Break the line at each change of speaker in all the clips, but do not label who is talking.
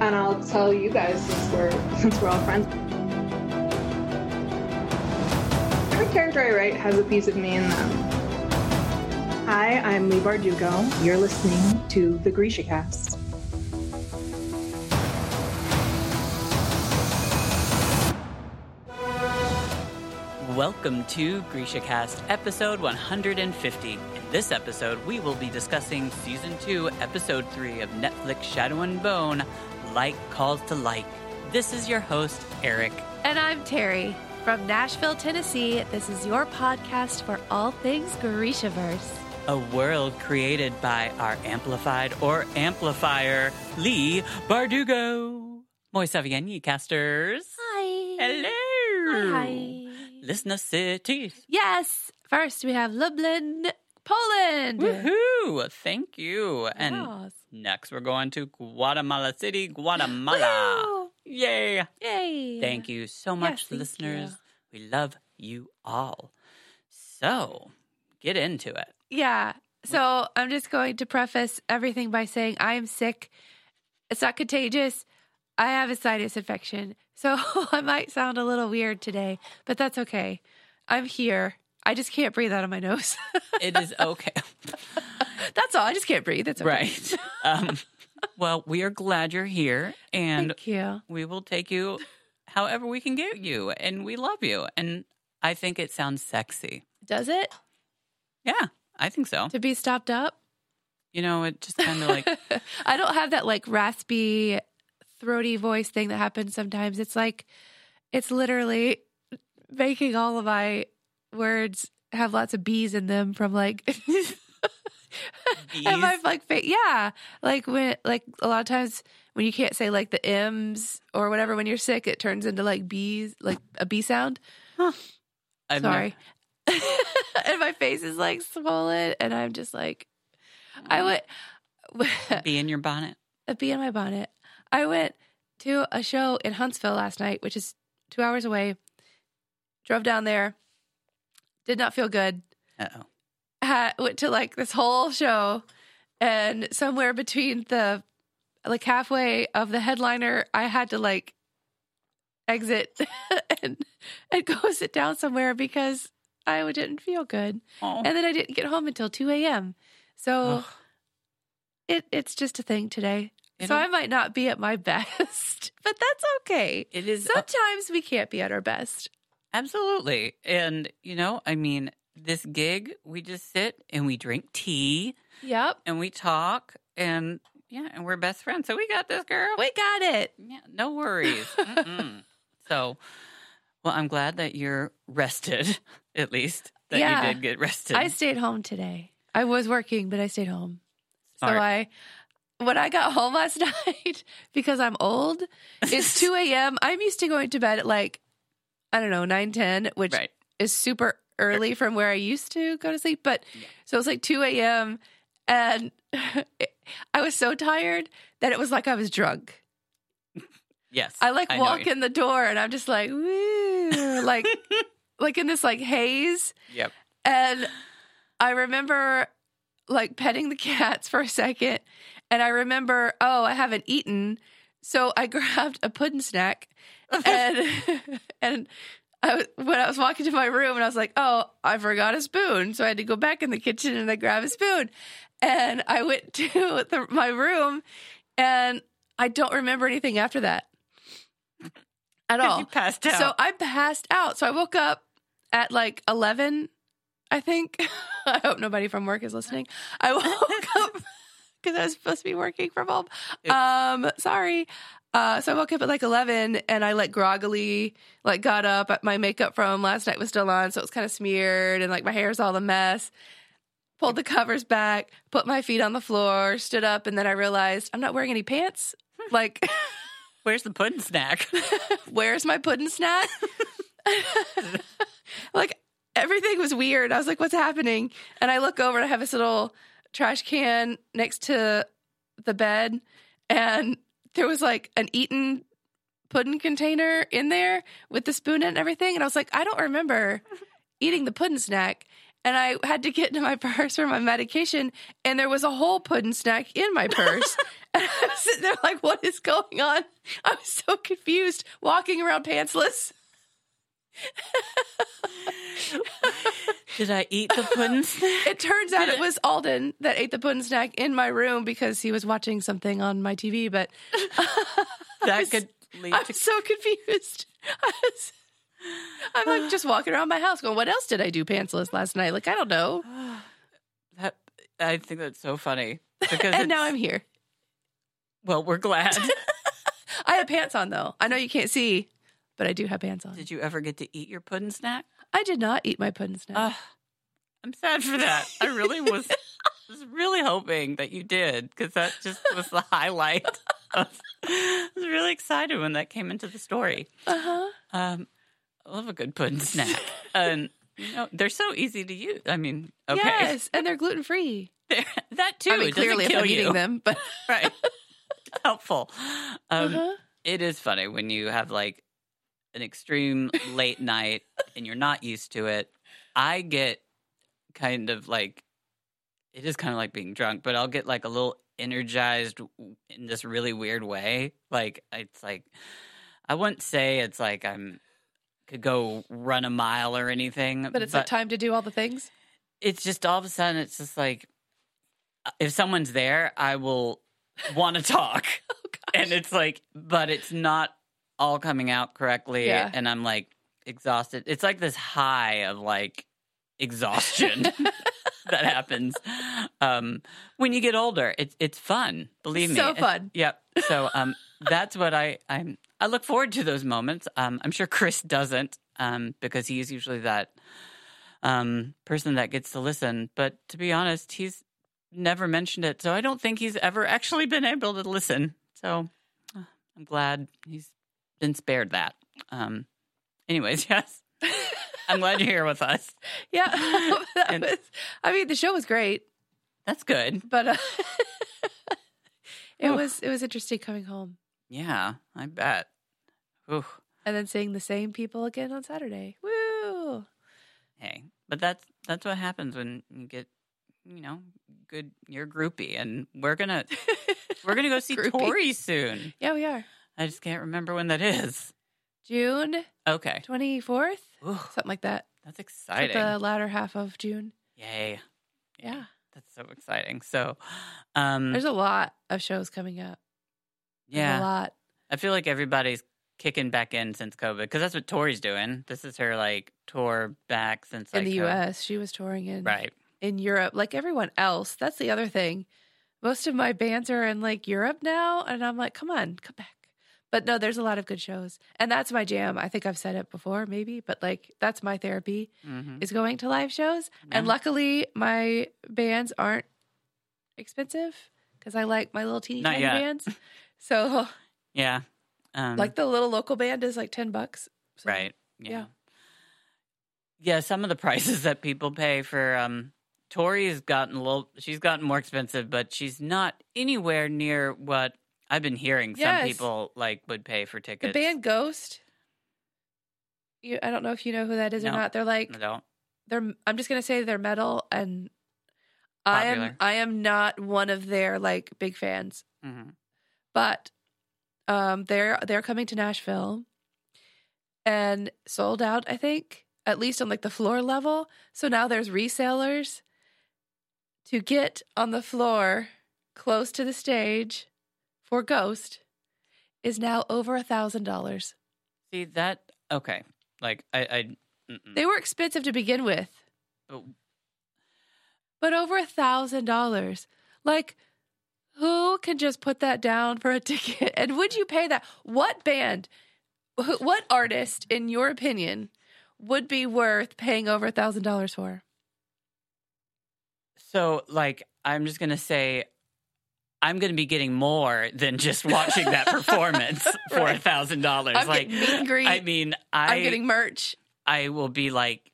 and I'll tell you guys since we're since we're all friends. Every character I write has a piece of me in them. Hi, I'm Lee Bardugo. You're listening to the Grisha Cast.
Welcome to GrishaCast, episode 150. In this episode, we will be discussing season 2, episode 3 of Netflix Shadow and Bone Like Calls to Like. This is your host, Eric.
And I'm Terry from Nashville, Tennessee. This is your podcast for all things Grishaverse.
A world created by our amplified or amplifier, Lee Bardugo. Moi savieni, casters.
Hi.
Hello.
Hi.
Listener cities.
Yes. First, we have Lublin, Poland.
Woohoo! Thank you. And
Yes.
next, we're going to Guatemala City, Guatemala.
Woo.
Yay!
Yay.
Thank you so much,
thank
listeners. We love you all. So, get into it.
Yeah. So I'm just going to preface everything by saying I am sick. It's not contagious. I have a sinus infection. So I might sound a little weird today, but that's okay. I'm here. I just can't breathe out of my nose.
It is okay.
that's all. I just can't breathe. It's okay.
right. Um, well, we are glad you're here and
Thank you.
we will take you however we can get you. And we love you. And I think it sounds sexy.
Does it?
Yeah, I think so.
To be stopped up?
You know, it just kind of like
I don't have that like raspy, throaty voice thing that happens sometimes. It's like, it's literally making all of my words have lots of B's in them from like,
bees.
and my like, fa- yeah, like when, like a lot of times when you can't say like the M's or whatever when you're sick, it turns into like B's, like a B sound.
I've never-
Sorry. and my face is like swollen and I'm just like,
Mm.
I would.
Be in your bonnet.
a bee in my bonnet. I went to a show in Huntsville last night, which is two hours away. Drove down there, did not feel good.
Uh oh.
Had, went to like this whole show, and somewhere between the like halfway of the headliner, I had to like exit and and go sit down somewhere because I didn't feel good,
Oh.
and then I didn't get home until two a.m. So
Ugh.
it it's just a thing today. So
It'll-
I might not be at my best, but that's okay.
it is uh,
Sometimes we can't be at our best.
absolutely. And, you know, I mean, this gig, we just sit and we drink tea
Yep.
and we talk and, yeah, and we're best friends. So we got this girl.
We got it.
Yeah, no worries. Mm-mm. so, well, I'm glad that you're rested, at least, that
Yeah.
you did get rested.
I stayed home today. I was working, but I stayed home. So
Smart.
I when I got home last night, because I'm old, it's 2 a.m. I'm used to going to bed at like, I don't know, 9, 10, which
right.
is super early from where I used to go to sleep. But
Yeah.
so it was like 2 a.m. and I was so tired that it was like I was drunk.
Yes.
I like
know
walk
you-
in the door and I'm just like, woo, like, like in this like haze.
Yep.
And I remember like petting the cats for a second. And I remember, oh, I haven't eaten. So I grabbed a pudding snack and, and, I, was- when I was walking to my room and I was like, oh, I forgot a spoon. So I had to go back in the kitchen and I grabbed a spoon. And I went to the, my room and I don't remember anything after that at all.
You passed out.
So I passed out. So I woke up at like 11, I think. I hope nobody from work is listening. I woke up because I was supposed to be working from home.
Oops.
Um, sorry. Uh, so I woke up at like 11 and I like groggily like got up. My makeup from last night was still on, so it was kind of smeared and like my hair's all a mess. Pulled the covers back, put my feet on the floor, stood up, and then I realized I'm not wearing any pants. Like,
Where's the pudding snack?
where's my pudding snack? like everything was weird. I was like, what's happening? And I look over and I have this little trash can next to the bed, and there was like an eaten pudding container in there with the spoon in it and everything. And I was like, I don't remember eating the pudding snack. And I had to get into my purse for my medication, and there was a whole pudding snack in my purse. and I was sitting sitting there like, what is going on? I was so confused walking around pantsless.
Did I eat the pudding snack?
It turns out it was Alden that ate the pudding snack in my room because he was watching something on my TV, but
That could lead
I'm
to
so confused. I was, I'm like just walking around my house going, what else did I do pantsless last night? Like, I don't know.
that. I think that's so funny because
And now
it's-
I'm here.
well, we're glad.
I had pants on though. I know you can't see, but I do have pants on.
Did you ever get to eat your pudding snack?
I did not eat my pudding snack.
Ugh, I'm sad for that. I really was was really hoping that you did because that just was the highlight. of- I was really excited when that came into the story.
Uh-huh.
Um, I love a good pudding snack. Um, you know, they're so easy to use. I mean, okay,
Yes, and they're gluten free.
that too.
I mean,
it doesn't
clearly, if
kill
I'm
you,
eating them, but
right? Helpful. Um,
uh-huh.
it is funny when you have like an extreme late night and you're not used to it. I get kind of like it is kind of like being drunk, but I'll get like a little energized in this really weird way. Like it's like I wouldn't say it's like I'm could go run a mile or anything,
but it's not time to do all the things.
it's just all of a sudden it's just like uh, if someone's there, I will want to talk. and it's like, but it's not all coming out correctly.
Yeah.
And I'm like exhausted. It's like this high of like exhaustion that happens um, when you get older. It's it's fun, believe me.
So
It's-
fun.
Yep. So um, that's what I I'm I look forward to those moments. Um, I'm sure Chris doesn't um, because he is usually that um, person that gets to listen. But to be honest, he's never mentioned it, so I don't think he's ever actually been able to listen. So uh, I'm glad he's been spared that. Um, anyways, yes, I'm glad you're here with us.
Yeah, that
And-
was, I mean, the show was great,
That's good.
but uh, it
Oof.
was it was interesting coming home
Yeah, I bet. Ooh,
and then seeing the same people again on Saturday. Woo!
hey, but that's that's what happens when you get, you know, good. You're groupie, and we're gonna we're gonna go see
Groupie.
Tori soon.
Yeah, we are
I just can't remember when that is.
June
Okay.
twenty fourth,
Ooh,
something like that.
that's
Like
exciting.
The latter half of June.
Yay.
Yeah,
That's so exciting. So, um,
there's a lot of shows coming up. There's a
yeah,
lot.
I feel like everybody's kicking back in since COVID because that's what Tori's doing. This is her like tour back since
in
like,
the
uh,
U.S. She was touring in
right?
in Europe, like everyone else. That's the other thing. Most of my bands are in like Europe now, and I'm like, come on, come back. But no, there's a lot of good shows, and that's my jam. I think I've said it before, maybe, but like that's my therapy
hmm
is going to live shows. And
Yeah.
luckily, my bands aren't expensive because I like my little teeny
Not
tiny
yet. Mm-hmm.
bands. So,
Yeah, um,
like the little local band is like ten bucks. So,
right?
yeah.
yeah, Yeah, Some of the prices that people pay for um, Tori's gotten a little. She's gotten more expensive, but she's not anywhere near what I've been hearing.
Yes.
Some people like would pay for
The
tickets.
band Ghost. You, I don't know if you know who that is or
No.
not. They're like
I don't.
they're I'm just gonna say they're metal and I am
Popular.
I am not one of their like big fans,
hmm
but um they're they're coming to Nashville and sold out, I think, at least on like the floor level. So now there's resellers to get on the floor close to the stage for Ghost is now over a thousand dollars.
See that? Okay. Like I, I mm-mm.
They were expensive to begin with.
But-
But over a thousand dollars. Like, who can just put that down for a ticket? And would you pay that? What band, wh- what artist, in your opinion, would be worth paying over a thousand dollars for?
so like I'm just gonna say I'm gonna be getting more than just watching that performance for a
Right.
thousand dollars.
I'm
Like
getting meet and greet.
I mean
I,
I
am getting merch.
I will be like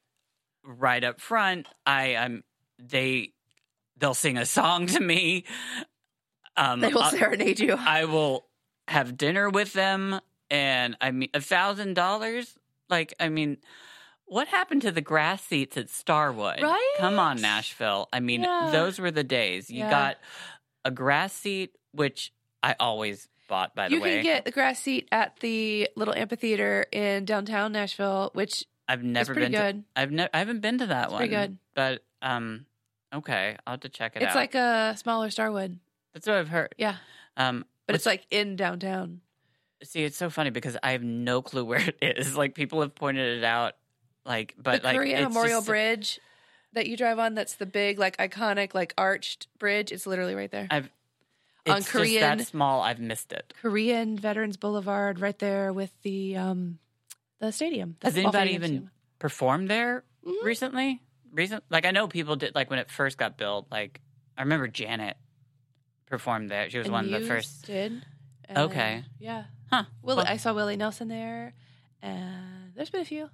right up front. I I'm they they'll sing a song to me. Um
They will
I'll-
serenade you.
I will have dinner with them, and I mean, a thousand dollars. Like, I mean, what happened to the grass seats at Starwood?
Right?
Come on, Nashville. I mean,
Yeah.
those were the days. You
Yeah.
got a grass seat, which I always bought, by the
you
way.
can get the grass seat at the little amphitheater in downtown Nashville, which
I've
is
never
pretty
been to
good.
I've never I haven't been to that
It's
one.
pretty good.
But um okay, I'll have to check it
it's
out.
like a smaller Starwood,
That's what I've heard.
Yeah.
Um
but
Which-
it's like in downtown.
see it's so funny because I have no clue where it is. Like people have pointed it out like but
the
like
Korean
it's
Memorial
just-
Bridge that you drive on, that's the big, like iconic, like arched bridge. It's literally right there.
I've
on
it's just
Korean-
that small I've missed it.
Korean Veterans Boulevard, right there with the um the stadium. the
Has
ball
anybody
field
even
stadium.
performed there
Mhm.
recently? Recent like I know people did like when it first got built, like I remember Janet performed there. She was
And
one of the
you
first
did. And,
Okay.
Yeah.
Huh.
Willie,
Well-
I saw Willie Nelson there, and there's been a few.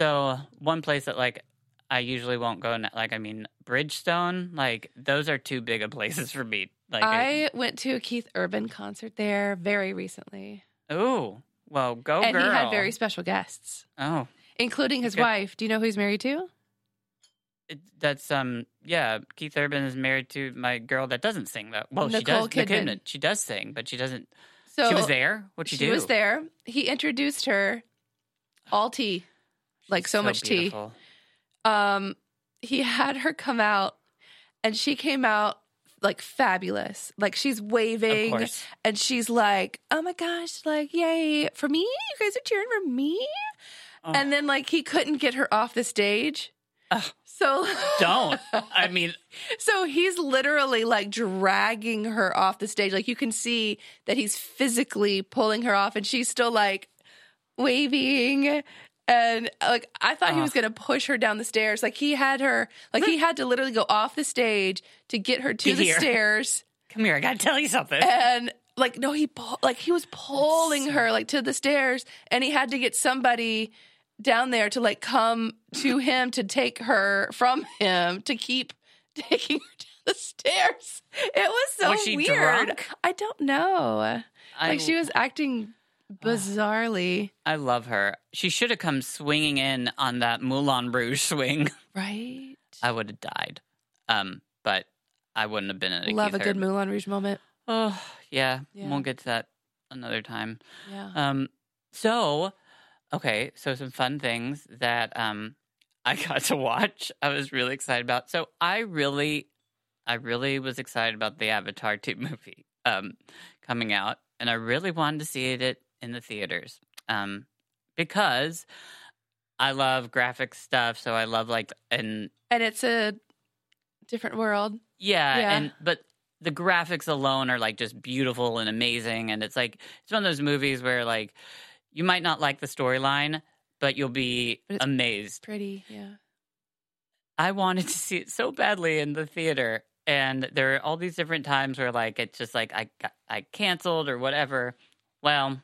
So one place that like I usually won't go, n- like I mean Bridgestone, like those are too big of places for me. Like
I went to a Keith Urban concert there very recently,
ooh, well go
and
Oh, girl.
he had very special guests,
oh,
including his
Okay.
wife. Do you know who he's married to?
it, that's um yeah. Keith Urban is married to my girl that doesn't sing though. Well, she
Nicole
does. Nicole
Kidman.
She does sing, but she doesn't.
So
she was there. What she,
she
do?
was there. He introduced her, all tea, like
She's
so, much tea.
beautiful.
um he had her come out and she came out like fabulous like she's
Of
waving
course,
and she's like oh my gosh like yay for me you guys are cheering for me
Oh,
and then like he couldn't get her off the stage
Ugh.
so
don't. I mean,
so he's literally like dragging her off the stage like you can see that he's physically pulling her off and she's still like waving and like i thought he
Ugh.
was going to push her down the stairs like he had her like he had to literally go off the stage to get her to
To
the
here.
stairs
come here. I gotta tell you something.
and like no he pu- like he was pulling her like to the stairs and he had to get somebody down there to like come to him to take her from him to keep taking her down the stairs it was so
Was she
weird
drunk?
i don't know
I,
like she was acting bizarrely
I love her. She should have come swinging in on that Moulin Rouge swing.
right
I would have died. Um, but I wouldn't have been in a
love a
Keith
good
Urban.
moulin rouge moment
Oh yeah,
Yeah.
we'll get to that another time.
yeah
Um, so okay, so some fun things that um I got to watch. I was really excited about. So I really, I really was excited about the Avatar two movie um coming out, and I really wanted to see it in the theaters um because. I love graphic stuff, so I love like an
and it's a different world
yeah,
Yeah.
and but the graphics alone are like just beautiful and amazing, and it's like it's one of those movies where like you might not like the storyline, but you'll be
But it's-
amazed.
pretty yeah
I wanted to see it so badly in the theater, and there are all these different times where like it's just like I got- I canceled or whatever. Well.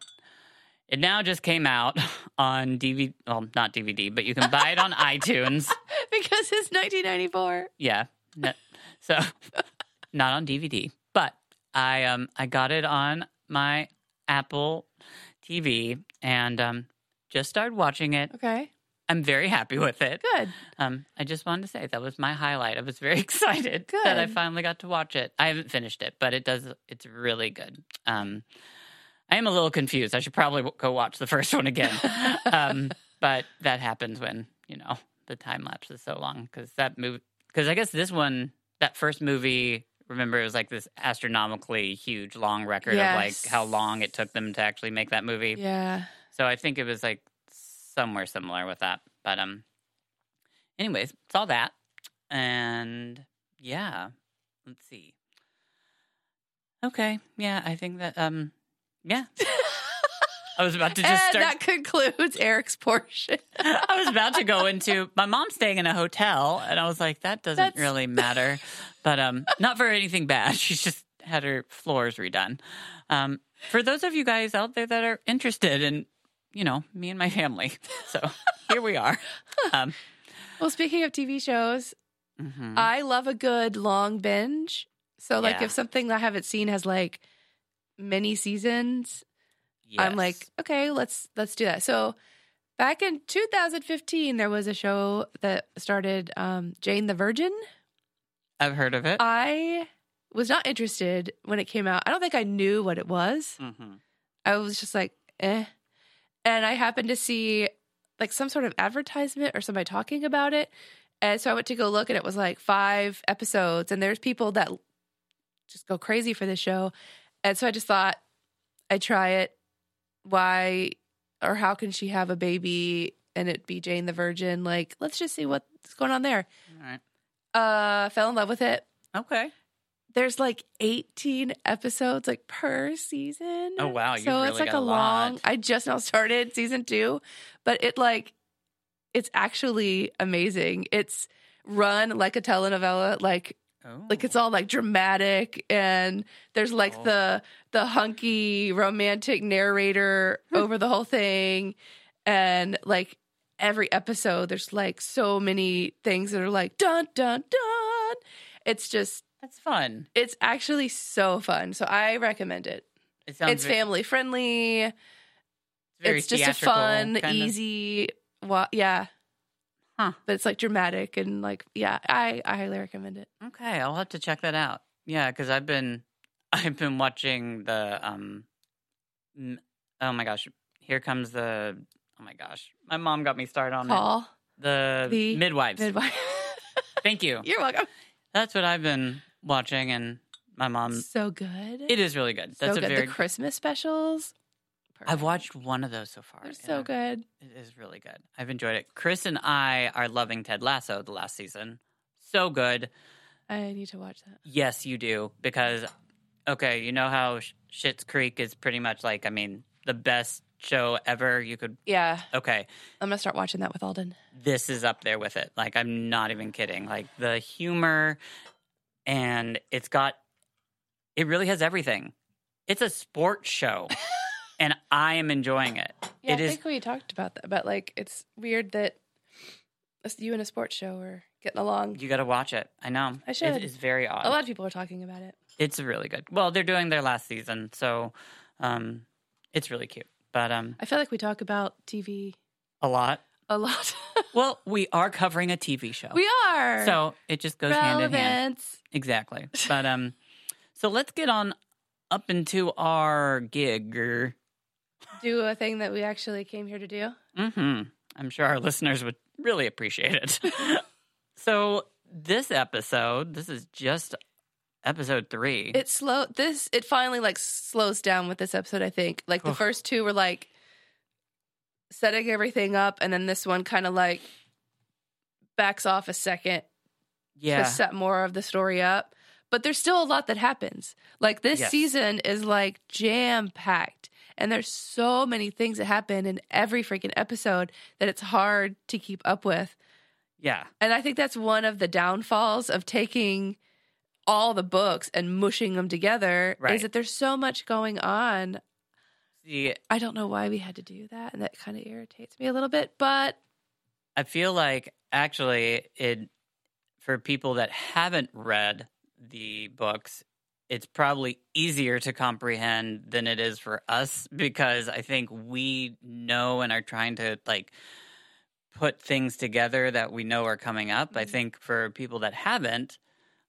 It now just came out on DVD. Well, not DVD, but you can buy it on iTunes.
because it's 1994
Yeah. No- so not on DVD, but I um I got it on my Apple TV and um just started watching it.
okay
I'm very happy with it.
good
Um I just wanted to say that was my highlight. I was very excited that I
Good.
finally got to watch it. I haven't finished it, but it does it's really good. Um I am a little confused. I should probably w- go watch the first one again. um, but that happens when you know the time lapse is so long because that movie because i guess this one that first movie remember it was like this astronomically huge long record
Yes.
of like how long it took them to actually make that movie
Yeah.
so i think it was like somewhere similar with that but um anyways it's all that and yeah let's see okay yeah i think that um yeah i was about to
and
just start
that concludes Eric's portion.
I was about to go into my mom's staying in a hotel, and I was like, that doesn't
That's-
really matter, but um, not for anything bad. She's just had her floors redone. Um, for those of you guys out there that are interested in, you know, me and my family, so here we are. Um,
Well, speaking of TV shows,
mhm.
I love a good long binge. So, like,
Yeah.
if something that I haven't seen has like many seasons, I'm
Yes.
like, okay, let's let's do that. So, back in 2015, there was a show that started um, Jane the Virgin.
I've heard of it.
I was not interested when it came out. I don't think I knew what it was.
hmm
I was just like, eh. And I happened to see like some sort of advertisement or somebody talking about it. And so I went to go look and it was like five episodes. And there's people that just go crazy for this show. And so I just thought, I'd try it. Why or how can she have a baby and it be Jane the Virgin? Like, let's just see what's going on there.
All right.
Uh fell in love with it.
Okay.
There's like 18 episodes like per season.
Oh wow, you
So
really
it's like
got a,
a,
lot.
long. I just now started season two, but it like it's actually amazing. It's run like a telenovela, like
oh.
like it's all like dramatic, and there's like
Oh.
the the hunky romantic narrator over the whole thing, and like every episode, there's like so many things that are like dun dun dun. It's just
that's fun.
it's actually so fun. So I recommend it.
It sounds
it's
ve-
family friendly
very
it's just a
theatrical
fun,
kind of-
easy. Wa- yeah.
Huh.
But it's like dramatic and like yeah, I I highly recommend it.
Okay, I'll have to check that out. Yeah, because I've been I've been watching the um m- oh my gosh, here comes the oh my gosh, my mom got me started on it.
Call
the
the
midwives.
midwife.
Thank you.
You're welcome.
That's what I've been watching, and my mom.
so good.
Um, It is really good. That's
so
a
good.
very.
the Christmas specials.
I've
Perfect.
watched one of those so far.
They're
and
so
I've-
good.
It is really good. I've enjoyed it. Chris and I are loving Ted Lasso the last season. So good.
I need to watch that.
Yes, you do because okay, you know how Shit's Creek is pretty much like I mean the best show ever. You could
Yeah,
okay,
I'm gonna start watching that with Alden.
this is up there with it. Like I'm not even kidding. Like the humor and it's got it really has everything. It's a sports show and I am enjoying it.
Yeah,
It
I
is-
think we talked about that, but like it's weird that us- you and a sports show are getting along.
You got to watch it. I know.
I should.
It is very odd.
A lot of people are talking about it.
It's really good. Well, they're doing their last season, so um it's really cute. But um
I feel like we talk about TV
a lot
a lot.
Well, we are covering a TV show.
we are.
Oh. So it just goes hand in hand.
relevance.
Exactly. But um so let's get on up into our gig.
Do a thing that we actually came here to do.
Mm-hmm. I'm sure our listeners would really appreciate it. so this episode, this is just episode three.
It slow this it finally like slows down with this episode, I think. Like the
Ugh.
first two were like setting everything up and then this one kind of like backs off a second
yeah.
to set more of the story up. But there's still a lot that happens. Like this
Yes.
season is like jam packed. And there's so many things that happen in every freaking episode that it's hard to keep up with.
yeah.
And I think that's one of the downfalls of taking all the books and mushing them together
Right.
is that there's so much going on.
See,
I don't know why we had to do that, and that kind of irritates me a little bit. But
I feel like actually it for people that haven't read the books, it's probably easier to comprehend than it is for us because I think we know and are trying to like put things together that we know are coming up. I
Mhm.
think for people that haven't,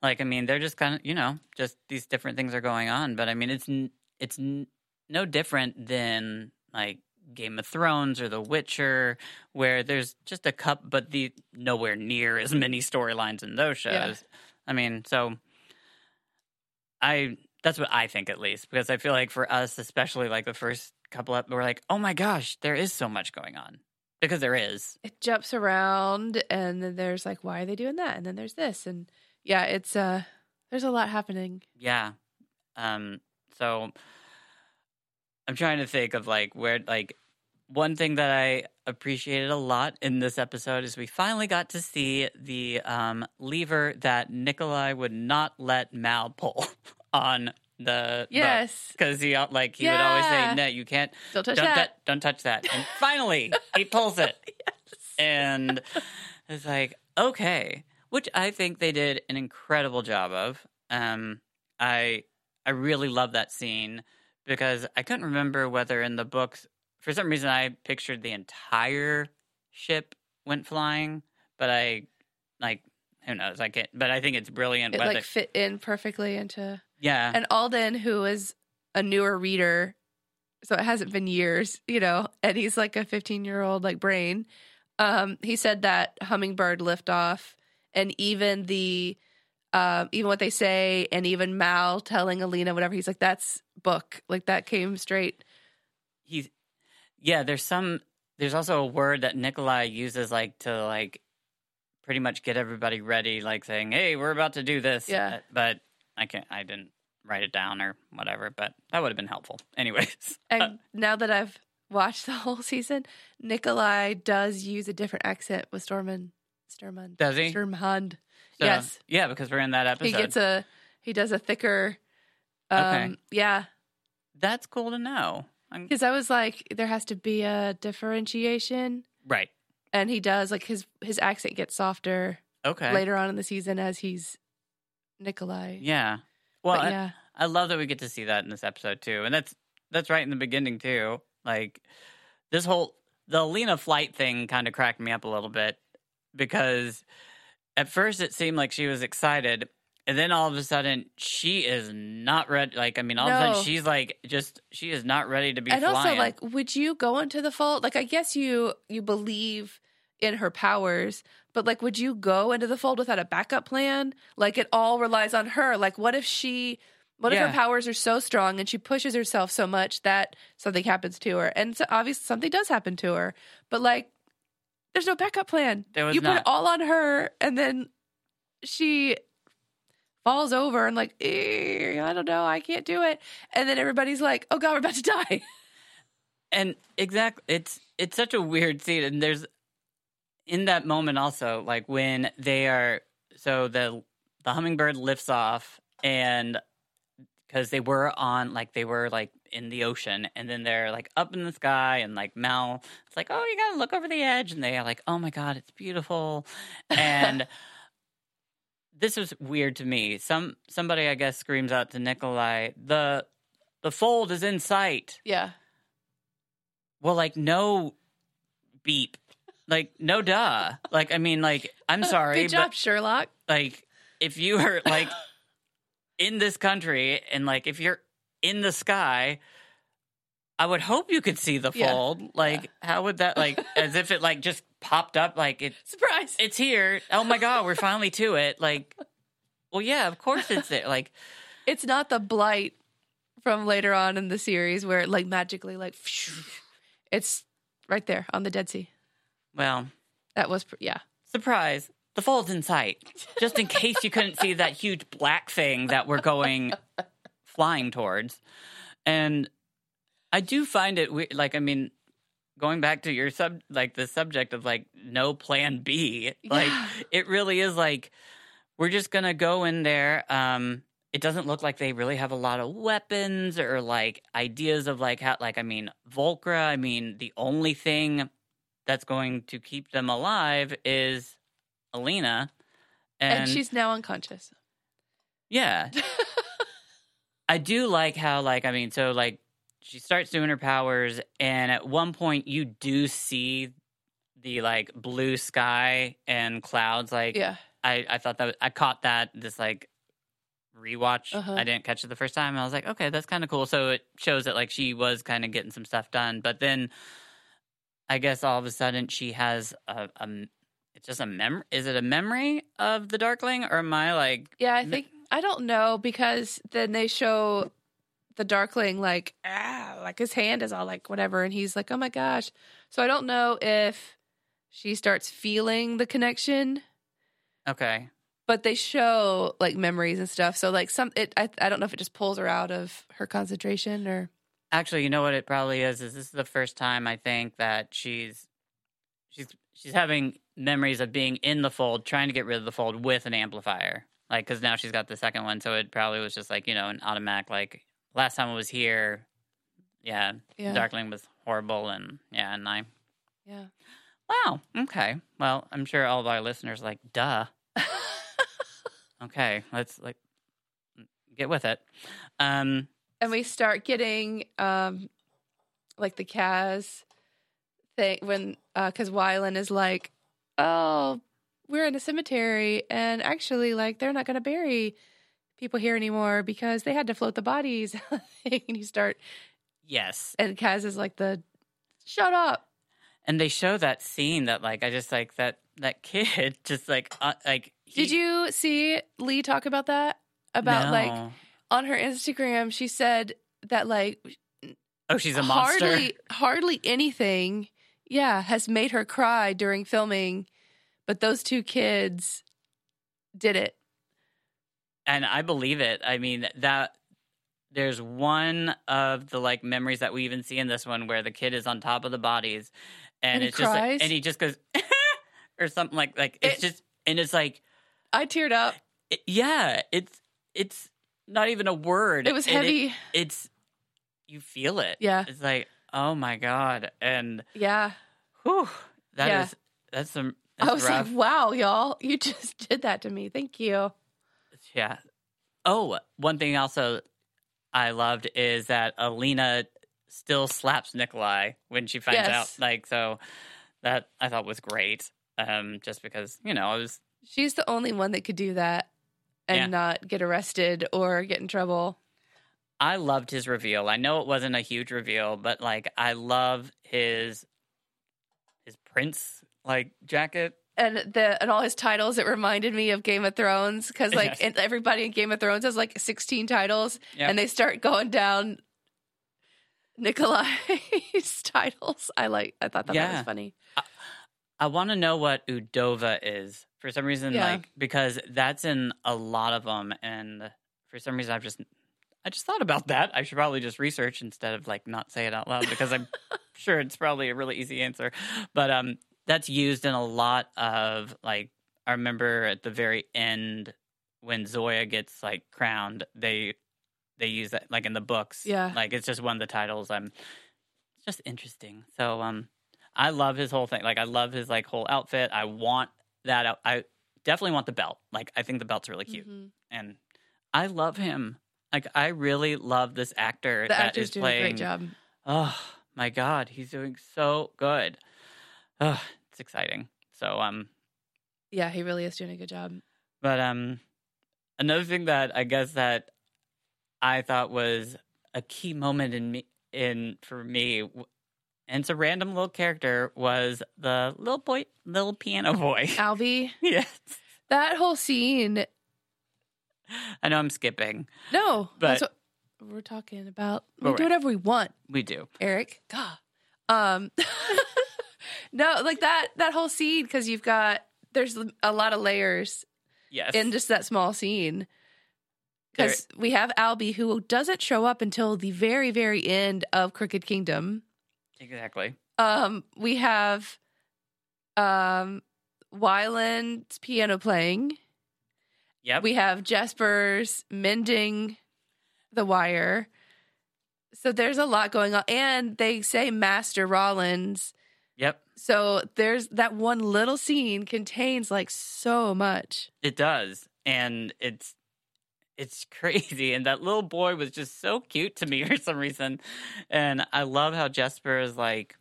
like I mean, they're just kind of, you know, just these different things are going on, but I mean, it's n- it's n- no different than like Game of Thrones or The Witcher where there's just a cup, but the nowhere near as many storylines in those shows.
Yeah.
I mean, so I that's what I think at least because I feel like for us, especially like the first couple up, we're like, oh my gosh, there is so much going on because there is.
it jumps around, and then there's like, why are they doing that? And then there's this, and yeah, it's uh, there's a lot happening.
Yeah. Um. So I'm trying to think of like where like one thing that I appreciated a lot in this episode is we finally got to see the um, lever that Nikolai would not let Mal pull on the
Yes,
because he al- like he would always
Yeah.
say no you can't
don't touch
don't
that.
tou- don't touch that and finally he pulls it and it's like okay which I think they did an incredible job of um I I really love that scene because I couldn't remember whether in the books for some reason I pictured the entire ship went flying, but I like Who knows? I can't, but I think it's brilliant.
It
whether,
like fit in perfectly into.
yeah,
And Alden, who is a newer reader, so it hasn't been years, you know, and he's like a 15 year old like brain. Um, he said that hummingbird liftoff, and even the, um, even what they say, and even Mal telling Alina whatever he's like, that's book, like that came straight.
he's yeah there's some there's also a word that nikolai uses like to like pretty much get everybody ready like saying hey we're about to do this
Yeah.
Uh, but i can't i didn't write it down or whatever but that would have been helpful anyways
And now that I've watched the whole season, Nikolai does use a different accent with Stormund. Stormund.
Does he?
Stormund.
So,
yes.
yeah because we're in that episode
He gets a he does a thicker um
Okay.
yeah
that's cool to know I'm-
because i was like there has to be a differentiation
right
and he does like his his accent gets softer
okay
later on in the season as he's nikolai
yeah well
But
I-
yeah
I love that we get to see that in this episode too, and that's that's right in the beginning too. Like this whole the Lena flight thing kind of cracked me up a little bit because at first it seemed like she was excited, and then all of a sudden she is not ready. Like I mean, all of a
No.
sudden she's like just she is not ready to be
and
flying.
also like would you go into the fold like i guess you you believe in her powers but like would you go into the fold without a backup plan like it all relies on her like what if she what if
Yeah.
her powers are so strong and she pushes herself so much that something happens to her and so obviously something does happen to her but like there's no backup plan
There was
you put
not.
it all on her and then she falls over and like "Eh, i don't know i can't do it and then everybody's like oh god we're about to die
And exactly, it's it's such a weird scene. And there's in that moment also, like when they are so the the hummingbird lifts off, and because they were on like they were like in the ocean, and then they're like up in the sky, and like Mal, it's like oh you gotta look over the edge, and they are like oh my god it's beautiful, and. This was weird to me. Some somebody I guess screams out to Nikolai, "The the fold is in sight."
Yeah.
Well, like no beep. Like no duh. Like I mean like I'm sorry,
Good job, Sherlock.
but like if you are like in this country and like if you're in the sky, I would hope you could see the
Yeah.
fold. Like how would that like as if it like just popped up like it
Surprise.
it's here. Oh my god, we're finally to it. Like well yeah, of course it's there. Like
It's not the blight from later on in the series where it like magically like it's right there on the Dead Sea.
well,
That was pr- yeah.
surprise, the fold's in sight. Just in case you couldn't see that huge black thing that we're going flying towards. And I do find it weird. Like, I mean, going back to your sub, like the subject of like no plan B, like
Yeah.
it really is like we're just gonna go in there. Um, it doesn't look like they really have a lot of weapons or like ideas of like how, like, I mean, Volcra, I mean, the only thing that's going to keep them alive is Alina.
And, she's now unconscious.
yeah. I do like how, like, I mean, so, like, she starts doing her powers, and at one point, you do see the, like, blue sky and clouds. Like,
Yeah.
I, I thought that, was, I caught that, this, like, rewatch.
Uh-huh.
I didn't catch it the first time. I was like, okay, that's kind of cool. So it shows that, like, she was kind of getting some stuff done. But then I guess all of a sudden, she has a, a it's just a mem. Is it a memory of the Darkling, or am I, like,
Yeah, I
Ma-
think I don't know because then they show the Darkling like ah, like his hand is all like whatever, and he's like, oh my gosh. So I don't know if she starts feeling the connection
okay.
but they show like memories and stuff. So like some, it I, I don't know if it just pulls her out of her concentration or
Actually, you know what it probably is is this is the first time I think that she's she's she's having memories of being in the fold, trying to get rid of the fold with an amplifier. Like cuz now she's got the second one, so it probably was just like, you know, an automatic like last time I was here, yeah,
yeah,
Darkling was horrible and yeah, and I
yeah.
Wow, okay. Well, I'm sure all of our listeners are like, duh. Okay, let's like get with it. Um
and we start getting um like the uh, Kaz thing when because Wylan is like, oh, we're in a cemetery and actually like they're not going to bury people here anymore because they had to float the bodies and you start
Yes.
and Kaz is like the shut up
And they show that scene that like I just like that that kid just like uh, like he-
did you see Lee talk about that about like
No.
on her Instagram she said that like
oh she's a monster
hardly hardly anything yeah has made her cry during filming but those two kids did it
and I believe it. I mean that there's one of the like memories that we even see in this one where the kid is on top of the bodies and,
And he
it's just like-
cries?
and he just goes or something like like it's
It-
just and it's like
I teared up
it- yeah it's it's not even a word
it was
And
heavy
it's you feel it
Yeah.
it's like oh my god and
yeah
whew, that is
Yeah.
that's some that's
I was
rough.
like, wow, y'all, you just did that to me. Thank you.
Yeah. Oh, one thing also I loved is that Alina still slaps Nikolai when she finds
Yes.
out. Like, so that I thought was great. Um, just because, you know, I was,
She's the only one that could do that and
Yeah.
not get arrested or get in trouble.
I loved his reveal. I know it wasn't a huge reveal, but like, I love his, his prince like jacket.
And the and all his titles, it reminded me of Game of Thrones because like
Yes.
and everybody in Game of Thrones has like sixteen titles,
Yeah.
and they start going down Nikolai's titles. I like. I thought that, that
Yeah.
was funny.
I want to know what Udova is for some reason,
Yeah.
like because that's in a lot of them, and for some reason I've just I just thought about that. I should probably just research instead of like not say it out loud because I'm sure it's probably a really easy answer, but um, that's used in a lot of like I remember at the very end when Zoya gets like crowned, they they use that like in the books,
Yeah.
like it's just one of the titles. I'm it's just interesting, so um. I love his whole thing. Like I love his like whole outfit. I want that. Out- I definitely want the belt. Like I think the belt's really cute,
Mhm.
and I love him. Like I really love this actor
The
that
actor's
is
doing
playing.
a great job.
Oh my god, he's doing so good. Oh, it's exciting. So um,
Yeah, he really is doing a good job.
but um, another thing that I guess that I thought was a key moment in me in for me, w- and it's a random little character was the little boy, little piano boy.
Alvy,
yes,
that whole scene.
I know I'm skipping.
No,
But-
that's what we're talking about.
Oh,
We
right.
do whatever we want.
We do.
Eric. Gah. Um, no, like that that whole scene because you've got there's a lot of layers
Yes.
in just that small scene because we have Albie who doesn't show up until the very very end of Crooked Kingdom.
exactly.
Um, we have um Wyland's piano playing.
Yep.
We have Jasper's mending the wire. So there's a lot going on. And they say Master Rollins.
yep.
So there's that one little scene contains like so much.
It does, and it's it's crazy. And that little boy was just so cute to me for some reason, and I love how Jesper is like,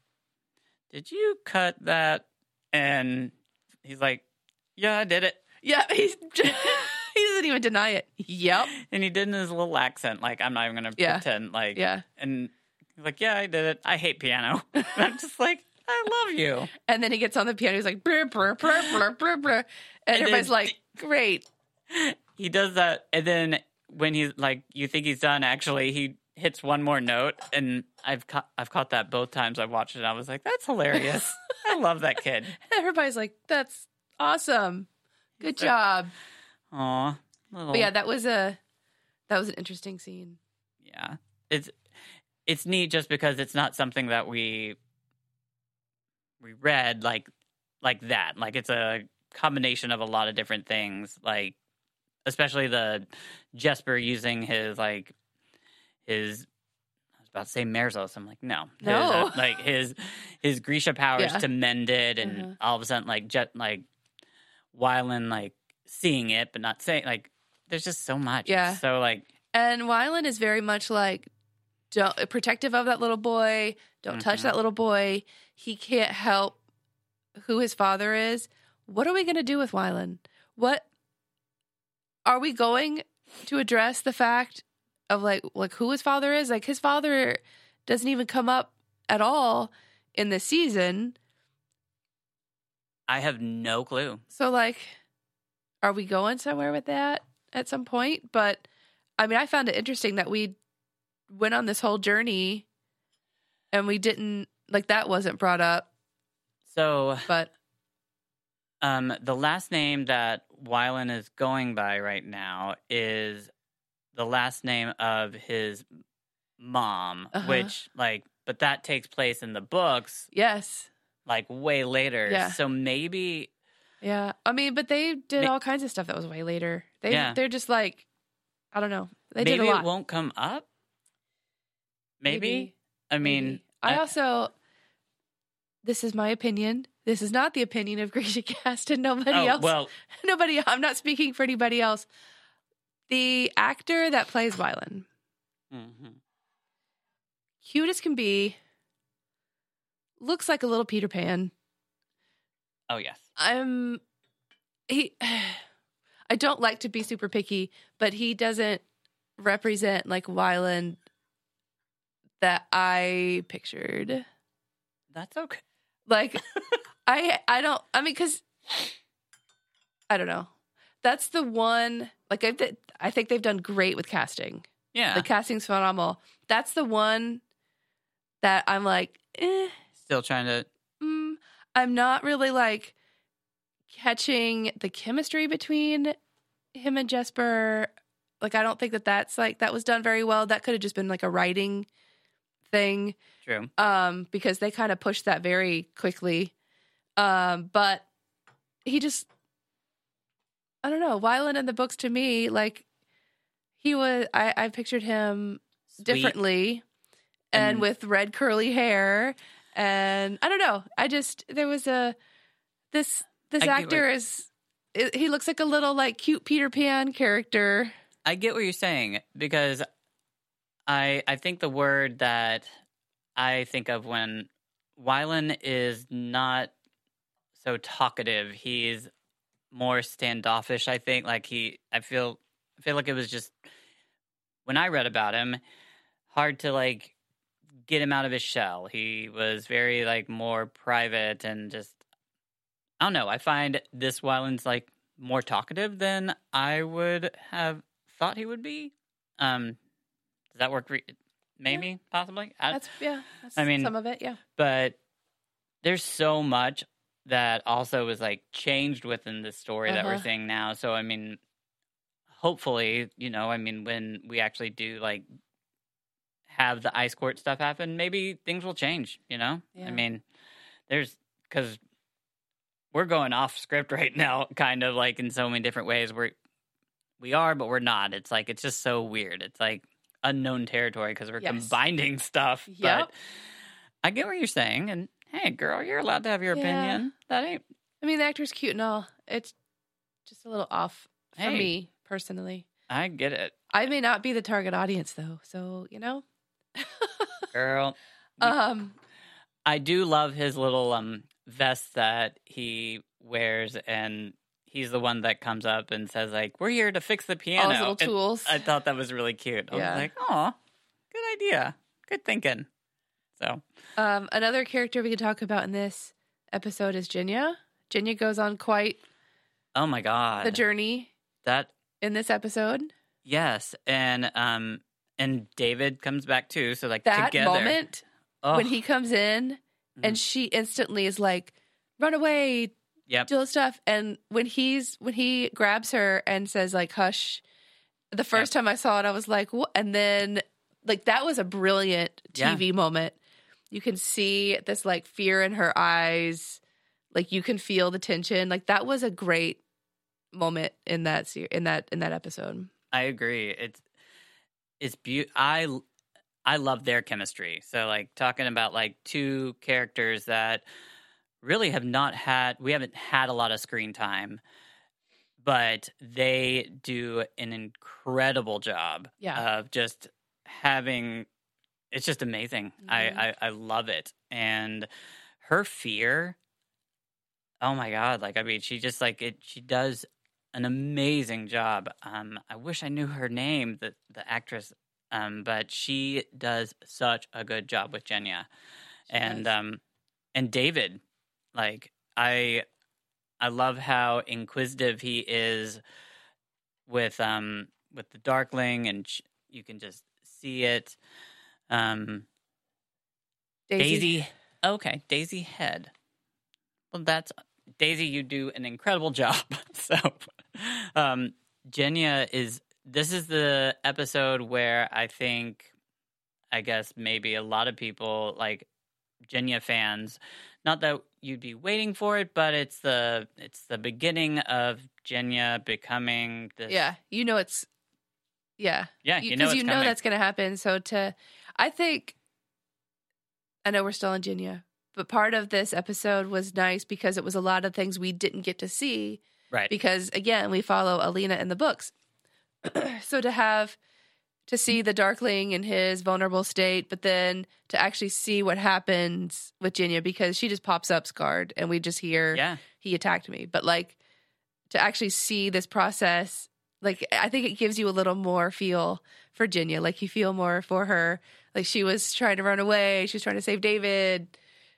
"Did you cut that?" And he's like, "Yeah, I did it."
Yeah, he's, he doesn't even deny it. Yep.
And he did in his little accent, like I'm not even gonna
Yeah.
pretend, like,
Yeah.
and he's like, "Yeah, I did it. I hate piano." And I'm just like, "I love you."
And then he gets on the piano. He's like, brr, brr, brr, brr, brr, brr. And,
And
everybody's
then-
like, great.
he does that and then when he's like you think he's done actually he hits one more note and i've caught i've caught that both times i've watched it and i was like that's hilarious i love that kid
Everybody's like, that's awesome. Good
So-
job.
Aw. oh.
But yeah, that was a that was an interesting scene.
yeah it's it's neat just because it's not something that we we read like like that like it's a combination of a lot of different things like especially the jesper using his like his i was about to say merzos i'm like no His, uh,
No.
like his his grisha powers
Yeah.
to mend it and
Uh-huh.
all of a sudden like jet like Wylan like seeing it but not saying like there's just so much It's
Yeah.
so like
And Wyland is very much like don't, protective of that little boy. Don't touch
Mhm.
that little boy. He can't help who his father is what are we going to do with Wylan? What are we going to address the fact of like like who his father is? Like his father doesn't even come up at all in this season.
I have no clue.
So like are we going somewhere with that at some point? But I mean, I found it interesting that we went on this whole journey and we didn't like that wasn't brought up,
So,
but
um, the last name that Wylan is going by right now is the last name of his mom,
Uh-huh.
which, like, but that takes place in the books,
yes.
like, way later.
Yeah.
So maybe,
Yeah. I mean, but they did
May-
all kinds of stuff that was way later. They
Yeah.
they're just like I don't know. They did a
maybe
lot.
it won't come up. Maybe. I mean,
Maybe. I,
I-
also this is my opinion. This is not the opinion of Grisha Cast and nobody
oh,
else.
well,
nobody I'm not speaking for anybody else. The actor that plays Wylan,
mhm.
cute as can be, looks like a little Peter Pan.
oh, yes.
I'm he I don't like to be super picky, but he doesn't represent like Wyland that I pictured.
That's okay.
Like I I don't I mean cuz I don't know. That's the one like I th- I think they've done great with casting.
Yeah.
The casting's phenomenal. That's the one that I'm like, eh,
Still trying to.
mm, I'm not really like catching the chemistry between him and Jesper. Like, I don't think that that's like that was done very well. That could have just been like a writing thing,
True.
um, because they kind of pushed that very quickly. Um, but he just, I don't know. Wyland in the books to me, like he was, I, I pictured him
Sweet.
differently and,
And-
with red curly hair and i don't know i just there was a this this
I get
actor
what-
is i he looks like a little like cute peter pan character
I get what you're saying because I I think the word that I think of when Wylan is not so talkative, he's more standoffish. I think like he I feel I feel like it was just when I read about him hard to like get him out of his shell. He was very like more private and just I don't know. I find this Wyland's like more talkative than I would have thought he would be. Um, does that work? Re- maybe, possibly. I,
that's yeah that's
Uh, I mean-
some of it yeah
but there's so much that also was like changed within the story that we're
Uh-huh.
seeing now. So I mean, hopefully, you know, I mean, when we actually do like have the ice court stuff happen, maybe things will change. You know,
Yeah.
I mean, there's because we're going off script right now, kind of like in so many different ways. We're we are, but we're not. It's like it's just so weird. It's like unknown territory because we're
Yes.
combining stuff.
Yep.
But I get what you're saying, and hey, girl, you're allowed to have your
Yeah.
opinion. That ain't
i mean the actor's cute and all it's just a little off for
Hey.
me personally
I get it,
i may not be the target audience though so you know
girl.
um
I do love his little um vest that he wears, and he's the one that comes up and says like, "We're here to fix the piano."
all his little
And
tools
I thought that was really cute. I
Yeah.
was like, "Oh, good idea, good thinking." So
Um, another character we can talk about in this episode is Jinya. Jinya goes on quite
Oh my god.
the journey
that
in this episode.
yes. And um and David comes back too, so like
That
together. Mm-hmm.
moment
oh,
when he comes in and she instantly is like, "Run away,
Yep.
do stuff." And when he's when he grabs her and says like, "Hush," the first time I saw it, I was like, "What?" And then like that was a brilliant
Yeah.
TV moment. You can see this like fear in her eyes, like you can feel the tension. Like that was a great moment in that se- in that in that episode.
I agree. It's it's beautiful. I I love their chemistry. So like talking about like two characters that really have not had we haven't had a lot of screen time, but they do an incredible job
Yeah.
of just having it's just amazing.
Mhm.
I, I I love it. And her fear Oh my god! Like I mean, she just like it. She does an amazing job. Um, I wish I knew her name, the the actress, um, but she does such a good job with Jenya,
She
and
does.
um, and David. Like I, I love how inquisitive he is with um with the Darkling, and sh- you can just see it. Um, Daisy. Okay, Daisy Head. Well, that's Daisy. You do an incredible job. so, um, Jenya is. This is the episode where I think, I guess maybe a lot of people like Jenya fans. Not that you'd be waiting for it, but it's the it's the beginning of Jenya becoming this.
Yeah, you know it's. Yeah,
yeah. You, know,
because
it's
you know
coming.
that's going to happen. So to, I think, I know we're still in Ginia, but part of this episode was nice because it was a lot of things we didn't get to see
right.
because again we follow Alina in the books. so to have to see the Darkling in his vulnerable state, but then to actually see what happens with Ginia because she just pops up scarred and we just hear
yeah.
he attacked me. But like to actually see this process, like I think it gives you a little more feel for Virginia. Like you feel more for her. Like she was trying to run away. She was trying to save David.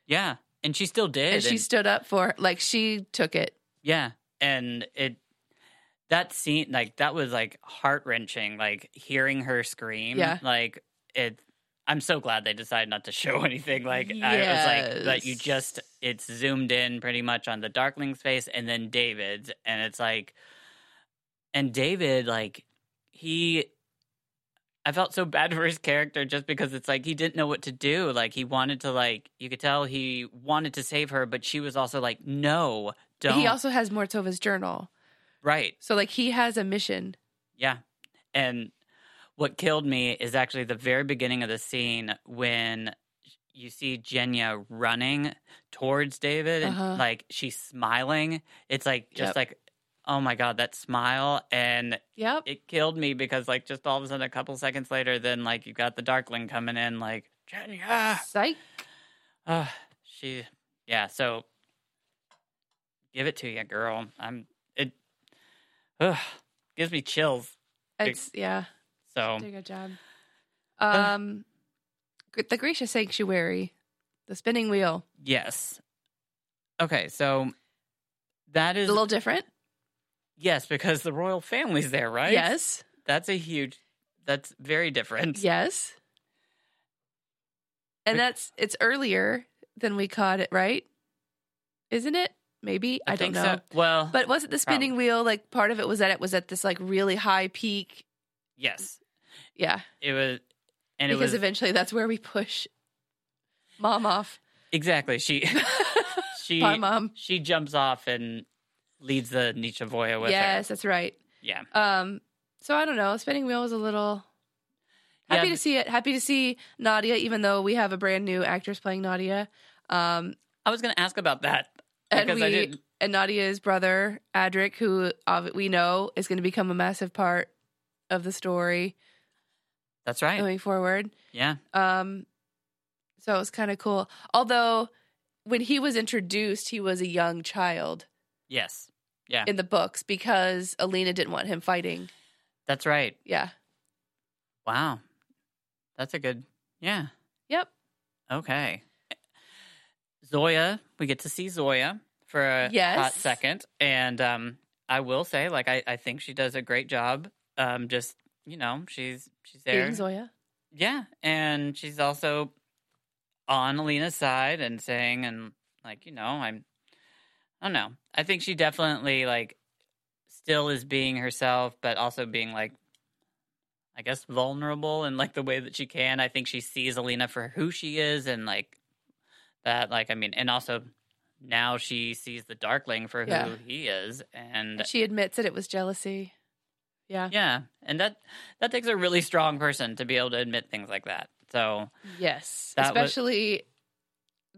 Yeah. And she still did.
And she
and-
stood up for like she took it.
Yeah. And it that scene like that was like heart wrenching, like hearing her scream.
Yeah.
Like it I'm so glad they decided not to show anything. Like I was like, but you
Yes.
just it's zoomed in pretty much on the Darkling's face and then David's and it's like and David, like, he I felt so bad for his character just because it's like he didn't know what to do. Like he wanted to like you could tell he wanted to save her, but she was also like, No, don't
He also has Mortova's journal.
Right.
So like he has a mission.
Yeah. And what killed me is actually the very beginning of the scene when you see Jenya running towards David and
Uh-huh.
like she's smiling. It's like just
Yep.
like oh my god, that smile and
Yep.
it killed me because like just all of a sudden a couple seconds later then like you got the darkling coming in like Jenya.
Psych.
Uh, she yeah, so give it to you, girl. I'm it ugh, gives me chills.
It's yeah.
So
Did a good job.
Uh.
Um gr- the Grisha Sanctuary. The spinning wheel.
Yes. Okay, so that
A
is
little different.
yes because the royal family's there, right?
Yes.
that's a huge. That's very different.
Yes. And
Wait.
that's it's earlier than we caught it, right? Isn't it? Maybe I, don't
think
know.
So. Well,
But wasn't the spinning wheel like part of it was that it was at this like really high peak?
yes,
Yeah,
it was, and
because
it was
eventually that's where we push mom off.
exactly. She she
Bye, mom.
she jumps off and leads the Nichavoya with her.
Yes, that's right.
Yeah,
Um, so I don't know. Spinning wheel was a little happy
Yeah,
to see it. Happy to see Nadia, even though we have a brand new actress playing Nadia. Um,
I was going to ask about that
And
because I
we-
didn't.
and Nadia's brother Adric, who uh, we know is going to become a massive part of the story
That's right.
going forward.
yeah,
Um, so it was kind of cool. Although when he was introduced, he was a young child
yes,
in the books because Alina didn't want him fighting.
that's right.
Yeah.
Wow, that's a good. Yeah.
Yep.
Okay. Zoya, we get to see Zoya for a
Yes.
hot second. And um, I will say, like, I, I think she does a great job. Um, just, you know, she's she's there.
Being Zoya.
Yeah. And she's also on Alina's side and saying, and like, you know, I'm, I don't know. I think she definitely, like, still is being herself, but also being, like, I guess, vulnerable in, like, the way that she can. I think she sees Alina for who she is and, like, that, like, I mean, and also now she sees the Darkling for who
Yeah.
he is. And
And she admits that it was jealousy. Yeah.
yeah, and that that takes a really strong person to be able to admit things like that. So,
Yes.
That was-
Especially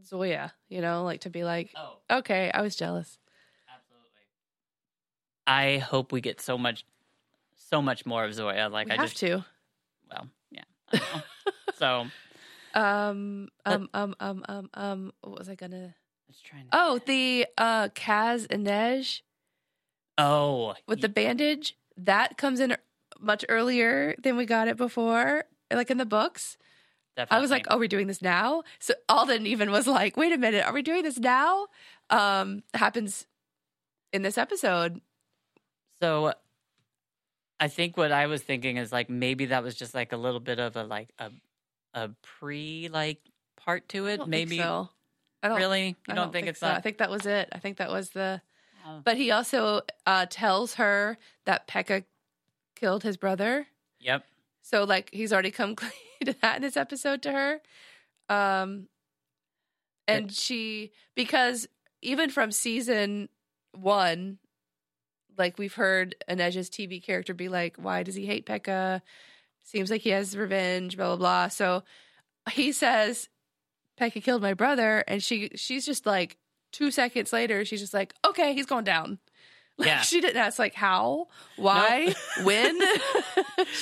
Zoya, you know, like to be like,
oh,
okay, I was jealous.
absolutely. I hope we get so much, so much more of Zoya. Like
we
I
have
just,
to.
well, yeah. I know. so
Um,
But- Uh,
um, um, um, um, um, what was I gonna?
Let's try. and-
Oh, the uh Kaz and Nej
Oh,
with the bandage that comes in much earlier than we got it before, like in the books. I was like,
definitely.
"Oh, we're doing this now." So Alden even was like, "Wait a minute, are we doing this now?" Um, happens in this episode.
So I think what I was thinking is like maybe that was just like a little bit of a like a a pre like part to
I
it.
don't think
Maybe
so. I don't
really you
I
don't, think, it's
so. I
not.
think that was it. I think that was the.
Oh.
But he also uh, tells her that Pekka killed his brother.
Yep.
So like he's already come clean to that in this episode to her. Um and she because even from season one, like we've heard Inez's TV character be like, Why does he hate Pekka? Seems like he has revenge, blah blah blah. So he says, Pekka killed my brother, and she she's just like two seconds later, she's just like, Okay, he's going down. Like
Yeah.
she didn't ask like how, why, when.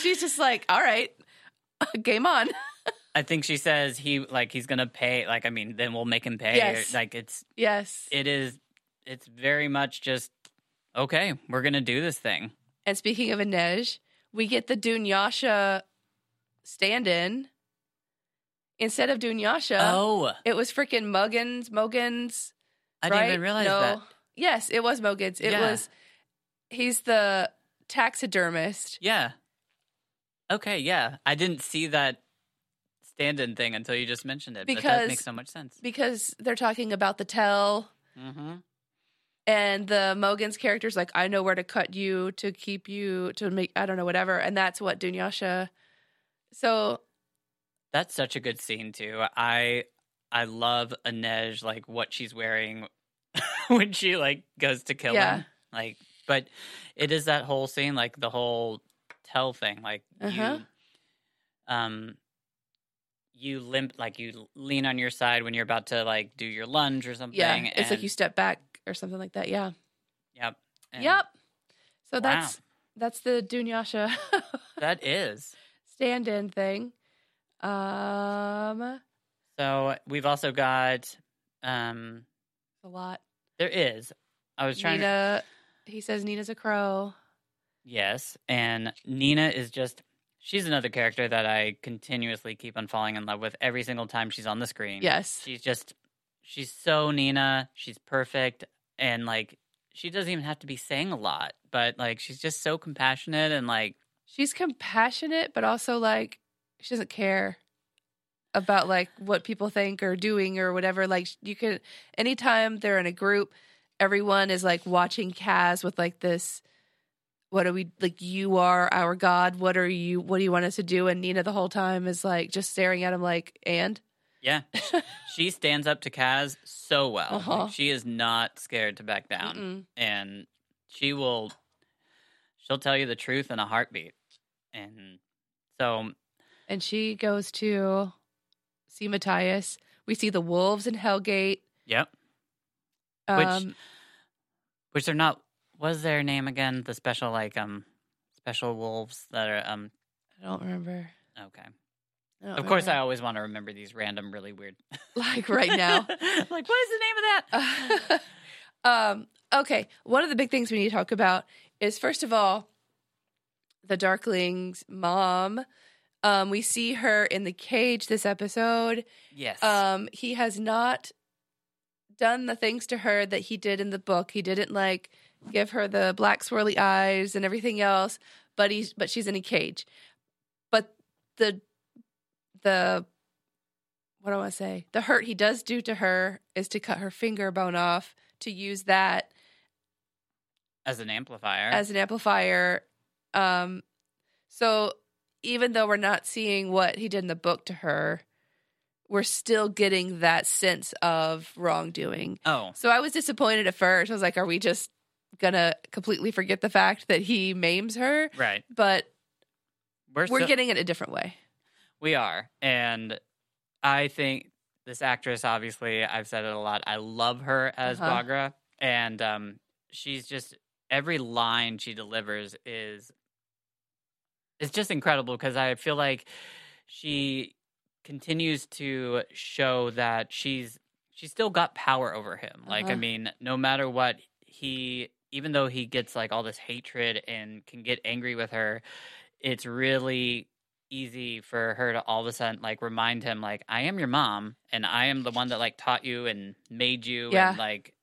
She's just like, all right, game on.
I think she says he like he's gonna pay. Like I mean, then we'll make him pay.
Yes.
Like it's
Yes.
it is it's very much just okay. We're gonna do this thing.
And speaking of Inej, we get the Dunyasha stand-in. Instead of Dunyasha,
oh,
it was freaking Muggins, Mogans.
I
right?
didn't even realize
no.
that.
Yes, it was Mogans. It
Yeah.
was. He's the taxidermist.
Yeah. Okay. Yeah, I didn't see that stand-in thing until you just mentioned it. but that
Because-
makes so much sense.
Because they're talking about the tell,
hmm
and the Mogan's character's like, I know where to cut you to keep you to make I don't know whatever, and that's what Dunyasha. So
That's such a good scene too. I I love Inej like what she's wearing when she like goes to kill
Yeah.
him. Like, but it is that whole scene, like the whole tell thing, like
Uh-huh.
you, um, you limp, like you lean on your side when you're about to like do your lunge or something.
yeah, it's like
and-
you step back or something like that. Yeah.
Yep. and
yep. So
Wow.
that's that's the Dunyasha
That is.
stand-in thing. Um, it's
So we've also got. um
a lot.
There is. I was trying. to...
Nina, he says Nina's a crow.
Yes. And Nina is just, she's another character that I continuously keep on falling in love with every single time she's on the screen.
Yes.
She's just, she's so Nina. She's perfect. And like, she doesn't even have to be saying a lot, but like, she's just so compassionate and like,
She's compassionate, but also like she doesn't care about like what people think or doing or whatever. Like you can anytime they're in a group, everyone is like watching Kaz with like this what are we like you are our God, what are you what do you want us to do? And Nina the whole time is like just staring at him like and
yeah, she stands up to Kaz so well. Like,
Uh-huh.
she is not scared to back down.
Mm-mm.
And she will, she'll tell you the truth in a heartbeat. And so,
and she goes to see Matthias. We see the wolves in Hellgate.
yep. Which-
Um,
which they're not was their name again the special like um special wolves that are um
I don't remember.
okay
I don't
of course i
remember.
always want to remember these random really weird
Oh, like right now. Uh,
like what is the name of that
um, okay, one of the big things we need to talk about is first of all, the Darkling's mom. Um, we see her in the cage this episode.
yes
Um, he has not done the things to her that he did in the book. He didn't like give her the black swirly eyes and everything else, but he's but she's in a cage. But the the what do I say? The hurt he does do to her is to cut her finger bone off to use that
as an amplifier
as an amplifier. Um, so even though we're not seeing what he did in the book to her, we're still getting that sense of wrongdoing.
oh
So I was disappointed at first. I was like, are we just gonna completely forget the fact that he maims her?
right
But
we're,
we're
so-
getting it a different way.
we are and i think this actress obviously i've said it a lot i love her as
Uh-huh.
bagra and um she's just every line she delivers is it's just incredible because I feel like she continues to show that she's she still got power over him. Like, I
Uh-huh.
mean, no matter what, he, even though he gets like all this hatred and can get angry with her, it's really easy for her to all of a sudden like remind him, like, I am your mom and I am the one that like taught you and made you.
Yeah.
And like,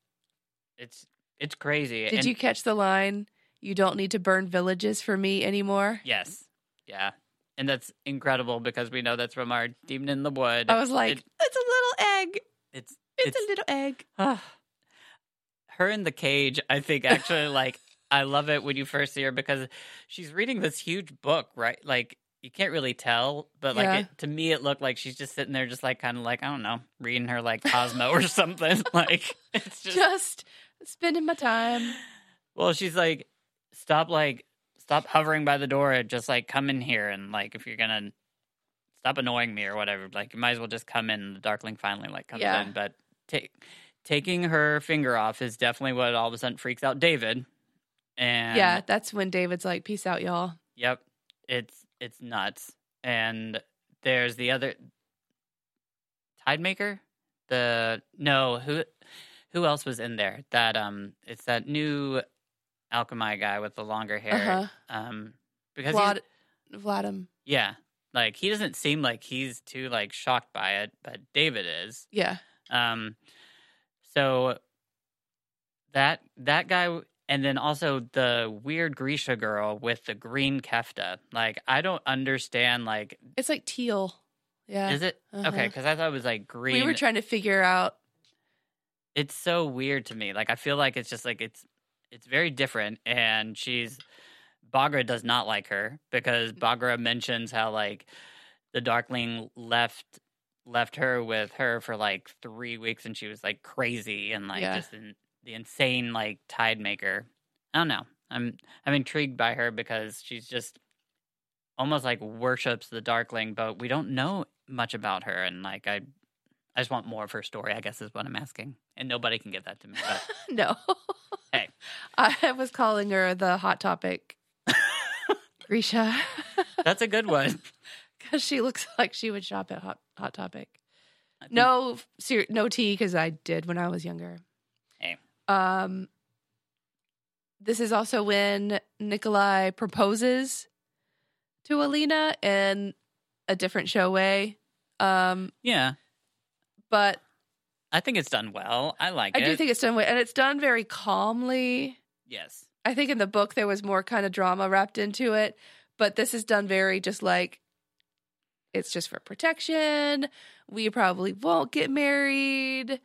it's, it's crazy.
Did you catch the line? You don't need to burn villages for me anymore.
Yes. Yeah. And that's incredible because we know that's from our Demon in the Wood.
I was like,
It-
it's a little egg.
it's,
Oh, It's,
It's-
a little egg.
her in the cage i think actually like i love it when you first see her because she's reading this huge book right like you can't really tell but like
Yeah.
it, to me it looked like she's just sitting there just like kind of like i don't know reading her like cosmo or something like it's just
Just spending my time.
well she's like stop like stop hovering by the door and just like come in here and like if you're gonna stop annoying me or whatever like you might as well just come in the darkling finally like comes
Yeah.
in but take taking her finger off is definitely what all of a sudden freaks out david and
yeah, that's when David's like, peace out, y'all.
Yep. It's it's nuts. And there's the other Tidemaker? The no, who who else was in there? That um it's that new alchemy guy with the longer hair.
Uh-huh.
Um because he's-
Vlad, Vladim.
yeah. Like he doesn't seem like he's too like shocked by it, but David is.
Yeah.
Um, so that that guy, and then also the weird Grisha girl with the green kefta. Like, I don't understand. Like,
It's like teal. Yeah. uh-huh.
is it Okay, 'cause okay? Because I thought it was like green.
We were trying to figure out.
it's so weird to me. Like, I feel like it's just like it's it's very different, and she's Bagra does not like her because Bagra mentions how like the Darkling left left her with her for like three weeks and she was like crazy and like
Yeah.
just in, the insane like tide maker. I don't know. I'm I'm intrigued by her because she's just almost like worships the Darkling, but we don't know much about her and like I I just want more of her story, I guess is what I'm asking. And nobody can give that to me. But
No.
Hey.
I was calling her the hot topic. Grisha.
that's a good one.
Because she looks like she would shop at Hot, hot Topic.
I think-
No, ser- no tea because I did when I was younger.
Hey.
Um, this is also when Nikolai proposes to Alina in a different show way. Um,
Yeah.
but
I think it's done well. I like
I
it.
do think it's done way, and it's done very calmly.
yes.
I think in the book there was more kind of drama wrapped into it, but this is done very just like it's just for protection. We probably won't get married.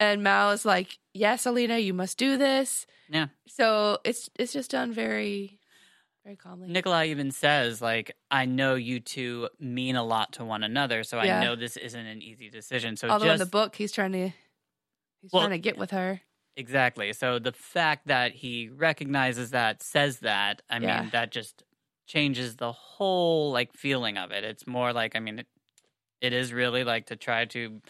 And Mao is like, "Yes, Alina, you must do this."
Yeah.
So it's it's just done very, very calmly.
Nikolai even says, like, I know you two mean a lot to one another, so
Yeah.
I know this isn't an easy decision. So
Although
just
in the book he's trying to he's
Well-
trying to get with her.
exactly. So the fact that he recognizes that, says that, I
Yeah.
mean, that just changes the whole like feeling of it. It's more like, I mean, it, it is really like to try to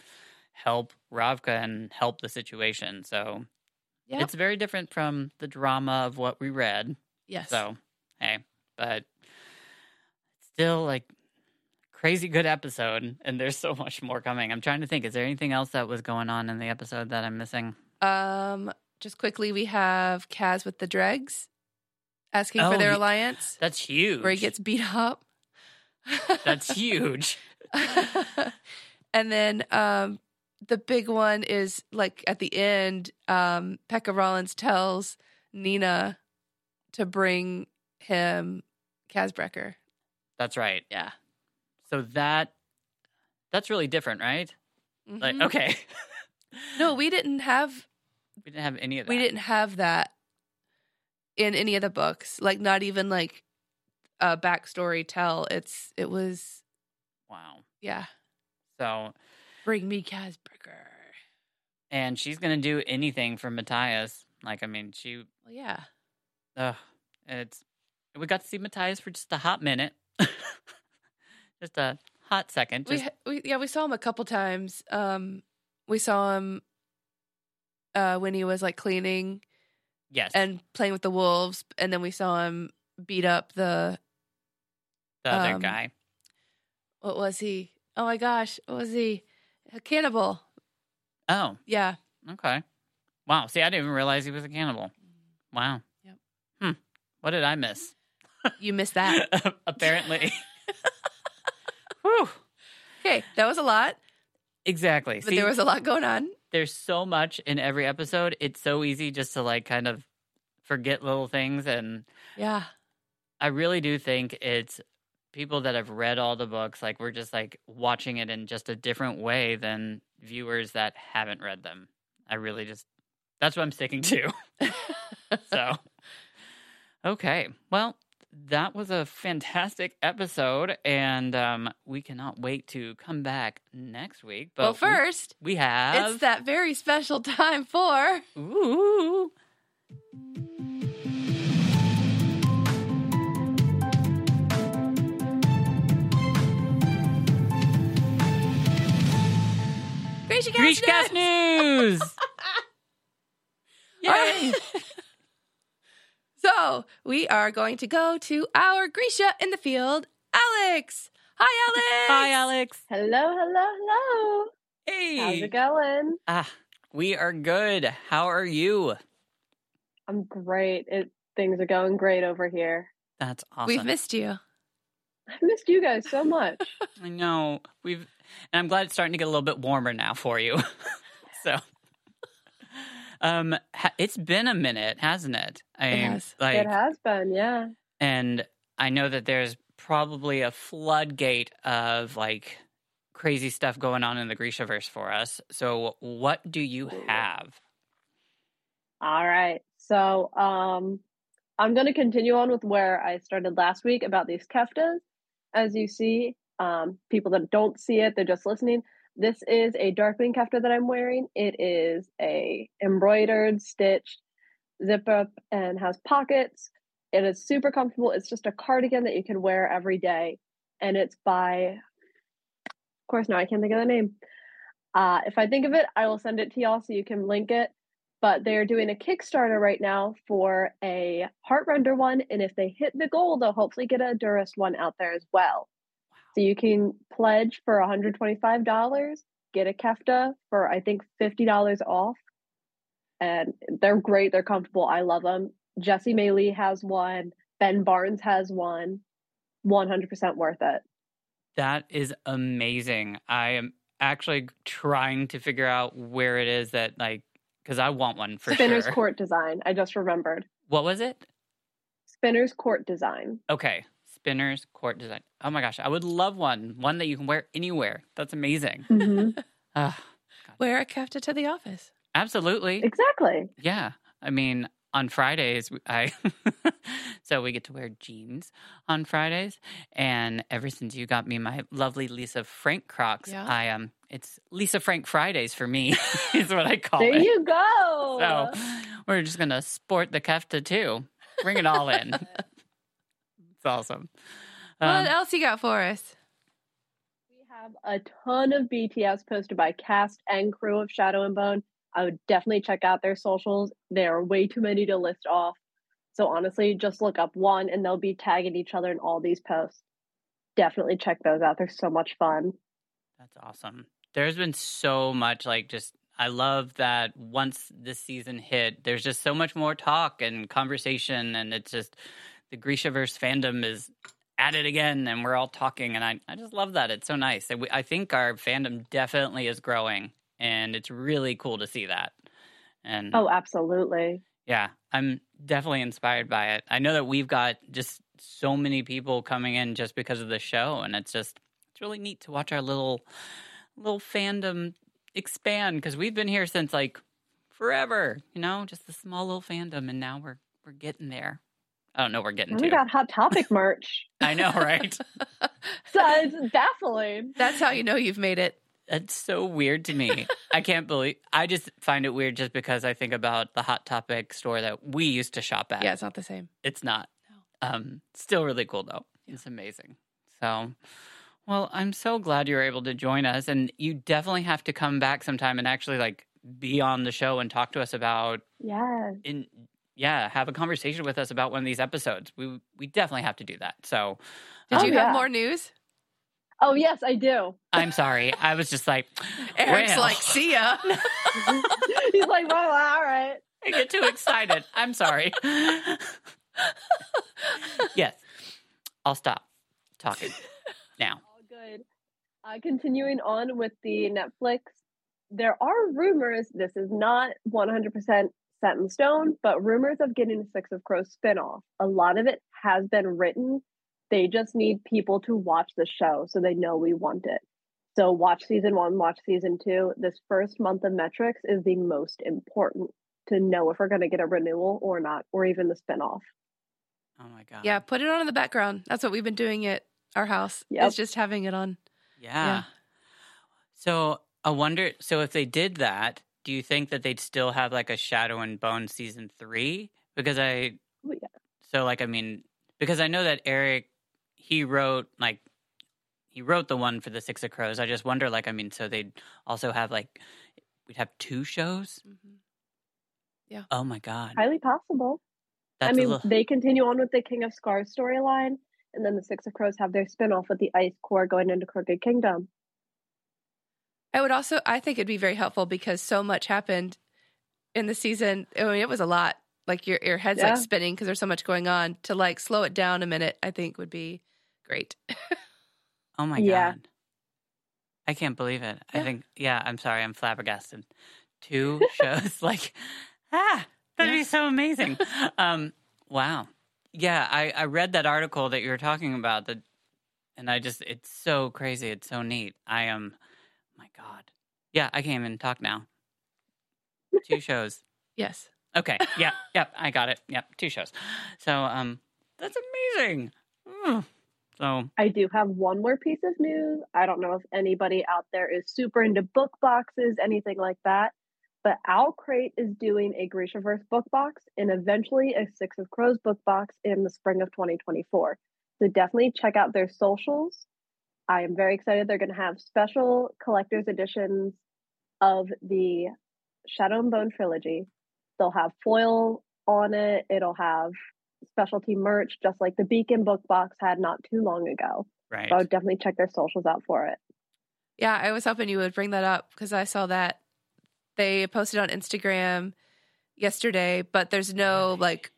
help Ravka and help the situation. So
Yeah.
it's very different from the drama of what we read.
Yes.
So, hey, but still like crazy good episode and there's so much more coming. I'm trying to think is there anything else that was going on in the episode that I'm missing?
Um just quickly we have Kaz with the dregs asking
Oh,
for their
he-
alliance.
That's huge.
where he gets beat up.
That's huge.
and then um, the big one is like at the end, um, Pekka Rollins tells Nina to bring him Kazbrecker.
That's right.
Yeah.
So that that's really different, right? Like
Mhm.
okay.
No, we didn't have
we didn't have any of that.
we didn't have that in any of the books. Like not even like a backstory tell. It's it was
Wow.
yeah.
So
Bring me Kazbrecker.
and she's going to do anything for Matthias. Like I mean, she
Well, yeah.
Ugh, it's we got to see Matthias for just a hot minute, just a hot second.
we,
Just,
ha- we yeah we saw him a couple times um we saw him uh when he was like cleaning
yes,
and playing with the wolves and then we saw him beat up the
the other
um,
guy,
what was he oh my gosh what was he a cannibal
Oh,
Yeah.
okay. Wow. See, I didn't even realize he was a cannibal. Wow.
Yep.
Hmm. What did I miss?
You missed that.
Apparently. Whew.
Okay. That was a lot,
Exactly.
but
See,
there was a lot going on.
there's so much in every episode. It's so easy just to like kind of forget little things and
Yeah.
I really do think it's people that have read all the books. Like we're just like watching it in just a different way than viewers that haven't read them. I really just that's what I'm sticking to. so okay, well that was a fantastic episode, and um, we cannot wait to come back next week. But
well,
we-
first,
we have
it's that very special time for.
Ooh.
Gracie Cast
Greechcast
News!
news.
All right. so we are going to go to our Grisha in the field, Alex. Hi, Alex.
Hi, Alex.
Hello, hello, hello.
Hey.
How's it going?
Ah, we are good. How are you?
I'm great. It things are going great over here.
That's awesome.
We've missed you.
I missed you guys so much.
I know. We've, and I'm glad it's starting to get a little bit warmer now for you. so, um, ha- it's been a minute, hasn't it? I
It
mean,
has.
Like,
it has been, yeah.
and I know that there's probably a floodgate of like crazy stuff going on in the Grishaverse for us. So, what do you have?
All right. So, um I'm going to continue on with where I started last week about these keftas. As you see, um people that don't see it, they're just listening. This is a darkwing kefta that I'm wearing. It is a embroidered, stitched zip up and has pockets. It is super comfortable. It's just a cardigan that you can wear every day. And it's by, of course, now I can't think of the name. Uh, if I think of it, I will send it to y'all so you can link it. But they are
Mm-hmm.
doing a Kickstarter right now for a Heartrender one. And if they hit the goal, they'll hopefully get a Durist one out there as well. So you can pledge for $125, get a Kefta for, I think, $50 off and they're great. They're comfortable. I love them. Jesse Maylee has one. Ben Barnes has one. One hundred percent worth it.
That is amazing. I am actually trying to figure out where it is that like because I want one for
Spinner's
sure.
Court Design. I just remembered.
What was it?
Spinner's Court Design.
Okay, Spinner's Court Design. Oh my gosh, I would love one. One that you can wear anywhere. That's amazing. Ah,
Wear a kefta to the office.
absolutely.
exactly.
Yeah. I mean, on Fridays, we- I so we get to wear jeans on Fridays, and ever since you got me my lovely Lisa Frank Crocs,
Yeah.
I um, it's Lisa Frank Fridays for me is what I call
There
it.
you go.
Oh, So we're just gonna sport the kefta too. Bring it all in. it's awesome. Um,
what else you got for us?
We have a ton of BTS posted by cast and crew of Shadow and Bone. I would definitely check out their socials. There are way too many to list off. So honestly, just look up one and they'll be tagging each other in all these posts. Definitely check those out. They're so much fun.
That's awesome. There's been so much like just I love that once this season hit, there's just so much more talk and conversation and it's just the Grishaverse fandom is at it again and we're all talking and I, I just love that. It's so nice. And we, I think our fandom definitely is growing and it's really cool to see that. And
Oh, absolutely.
yeah, I'm definitely inspired by it. I know that we've got just so many people coming in just because of the show, and it's just it's really neat to watch our little little fandom expand because we've been here since like forever, you know, just a small little fandom, and now we're we're getting there. I don't know, we're getting
And we
to.
got Hot Topic merch.
I know, right?
so it's baffling.
That's how you know you've made it.
That's so weird to me. I can't believe. I just find it weird just because I think about the Hot Topic store that we used to shop at.
Yeah, it's not the same.
It's not.
No.
Um, still really cool though.
Yeah.
It's amazing. So, well, I'm so glad you were able to join us, and you definitely have to come back sometime and actually like be on the show and talk to us about
Yes.
in yeah have a conversation with us about one of these episodes. We we definitely have to do that. So um,
Did
Oh,
you
yeah.
have more news?
Oh yes, I do.
I'm sorry. I was just like,
Eric's
well,
like, see ya.
He's like, well, all right.
I get too excited. I'm sorry. yes, I'll stop talking now.
All good. Uh, continuing on with the Netflix, there are rumors. This is not 100% set in stone, but rumors of getting a Six of Crows spinoff. A lot of it has been written. They just need people to watch the show so they know we want it. So watch season one, watch season two. This first month of metrics is the most important to know if we're going to get a renewal or not, or even the spinoff.
Oh my god.
yeah, put it on in the background. That's what we've been doing at our house.
Yep.
It's just having it on.
Yeah.
Yeah.
So I wonder. So if they did that, do you think that they'd still have like a Shadow and Bone season three? Because I.
Oh, yeah.
So like I mean, because I know that Eric, he wrote like, he wrote the one for the Six of Crows. I just wonder, like, I mean, so they'd also have like, we'd have two shows. Oh my god.
Highly possible.
That's
I
a
mean,
little,
they continue on with the King of Scars storyline, and then the Six of Crows have their spin-off with the Ice Core going into Crooked Kingdom.
I would also, I think it'd be very helpful because so much happened in the season. I mean, it was a lot. Like your your head's
Yeah.
like spinning because there's so much going on. To like slow it down a minute, I think would be great.
oh my
Yeah.
god. I can't believe it. I
Yeah.
think. Yeah. I'm sorry. I'm flabbergasted. Two shows. Like, ah, that'd
Yeah.
be so amazing. um. Wow. Yeah. I I read that article that you were talking about. That, and I just it's so crazy. It's so neat. I am. My God. Yeah. I can't even talk now. Two shows.
Yes.
Okay. Yeah. Yep. I got it. Yep. Two shows. So um, that's amazing. Mm. So
I do have one more piece of news. I don't know if anybody out there is super into book boxes, anything like that, but Owl Crate is doing a Grishaverse book box and eventually a Six of Crows book box in the spring of 2024. So definitely check out their socials. I am very excited. They're going to have special collector's editions of the Shadow and Bone trilogy. They'll have foil on it. It'll have specialty merch, just like the Beacon book box had not too long ago. So I
right.
would definitely check their socials out for it.
Yeah, I was hoping you would bring that up because I saw that they posted on Instagram yesterday, but there's no like,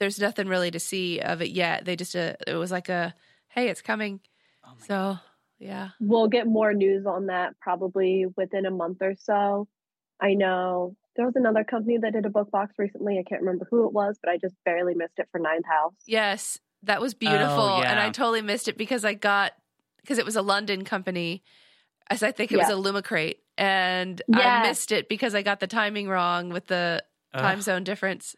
there's nothing really to see of it yet. They just uh, it was like a hey, it's coming.
Oh my God.
So yeah,
We'll get more news on that probably within a month or so. I know there was another company that did a book box recently. I can't remember who it was, but I just barely missed it for Ninth House.
yes, that was beautiful, and I
Oh, yeah.
totally missed it because I got because it was a London company, as I think it was
Yeah.
a Lumicrate, and
Yeah.
I missed it because I got the timing wrong with the
Ugh.
time zone difference.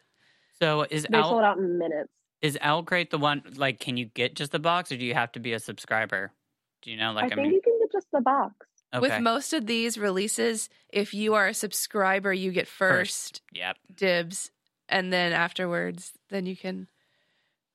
So is
They sold
Owl
out in minutes.
is Owl Crate the one? Like, can you get just the box, or do you have to be a subscriber? Do you know? Like,
I
I,
think
mean,
you can get just the box.
okay.
With most of these releases, if you are a subscriber, you get
First.
first,
yep.
dibs, and then afterwards, then you can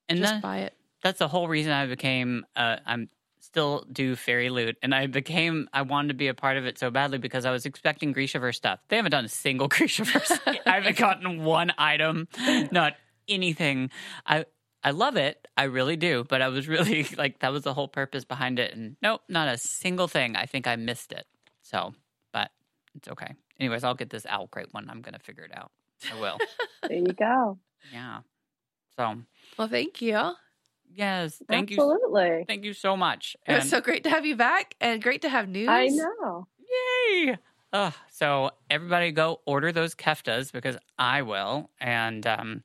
And
just
that-
buy it.
that's the whole reason I became. Uh, I'm still do fairy loot, and I became. I wanted to be a part of it so badly because I was expecting Grishaverse stuff. They haven't done a single Grishaverse. I haven't gotten one item, not anything. I I love it. I really do. But I was really like that was the whole purpose behind it, and nope, not a single thing. I think I missed it. So, but it's okay. Anyways, I'll get this owl crate one. I'm gonna figure it out. I will.
There you go.
yeah. So
Well, thank you.
yes, thank you.
Absolutely.
Thank you so much.
It was so great to have you back and great to have news.
I know.
yay! Ugh, so everybody go order those keftas because I will. And um,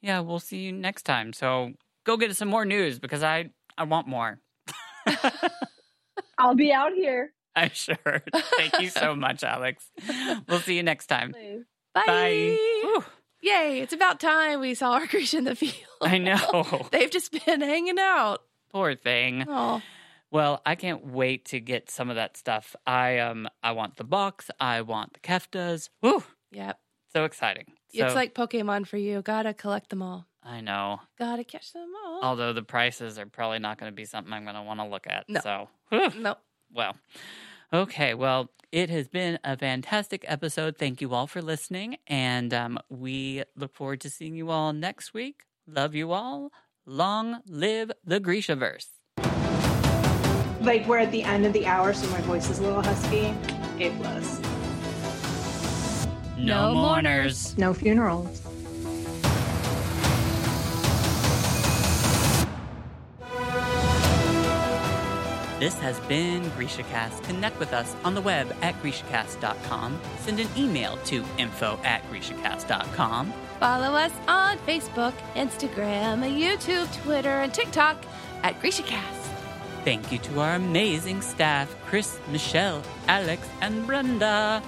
yeah, we'll see you next time. So go get us some more news because I, I want more.
I'll be out here.
I'm sure. Thank you so much, Alex. We'll see you next time.
Please.
Bye.
Bye. Whew,
Yay. It's about time we saw our Grecian in the field.
I know.
They've just been hanging out.
Poor thing.
Oh,
Well, I can't wait to get some of that stuff. I um I want the box. I want the keftas. Woo!
yep.
So exciting.
It's
So-
like Pokemon for you. Gotta collect them all.
I know.
Gotta catch them all.
Although the prices are probably not going to be something I'm going to want to look at.
No.
So, whew.
Nope.
well, okay. Well, it has been a fantastic episode. Thank you all for listening. And um, we look forward to seeing you all next week. Love you all. Long live the Grishaverse.
like we're at the end of the hour, so my voice is a little husky. A plus.
No mourners.
No funerals.
This has been GrishaCast. Connect with us on the web at GrishaCast.com. Send an email to info at GrishaCast.com.
Follow us on Facebook, Instagram, YouTube, Twitter, and TikTok at GrishaCast.
Thank you to our amazing staff, Chris, Michelle, Alex, and Brenda.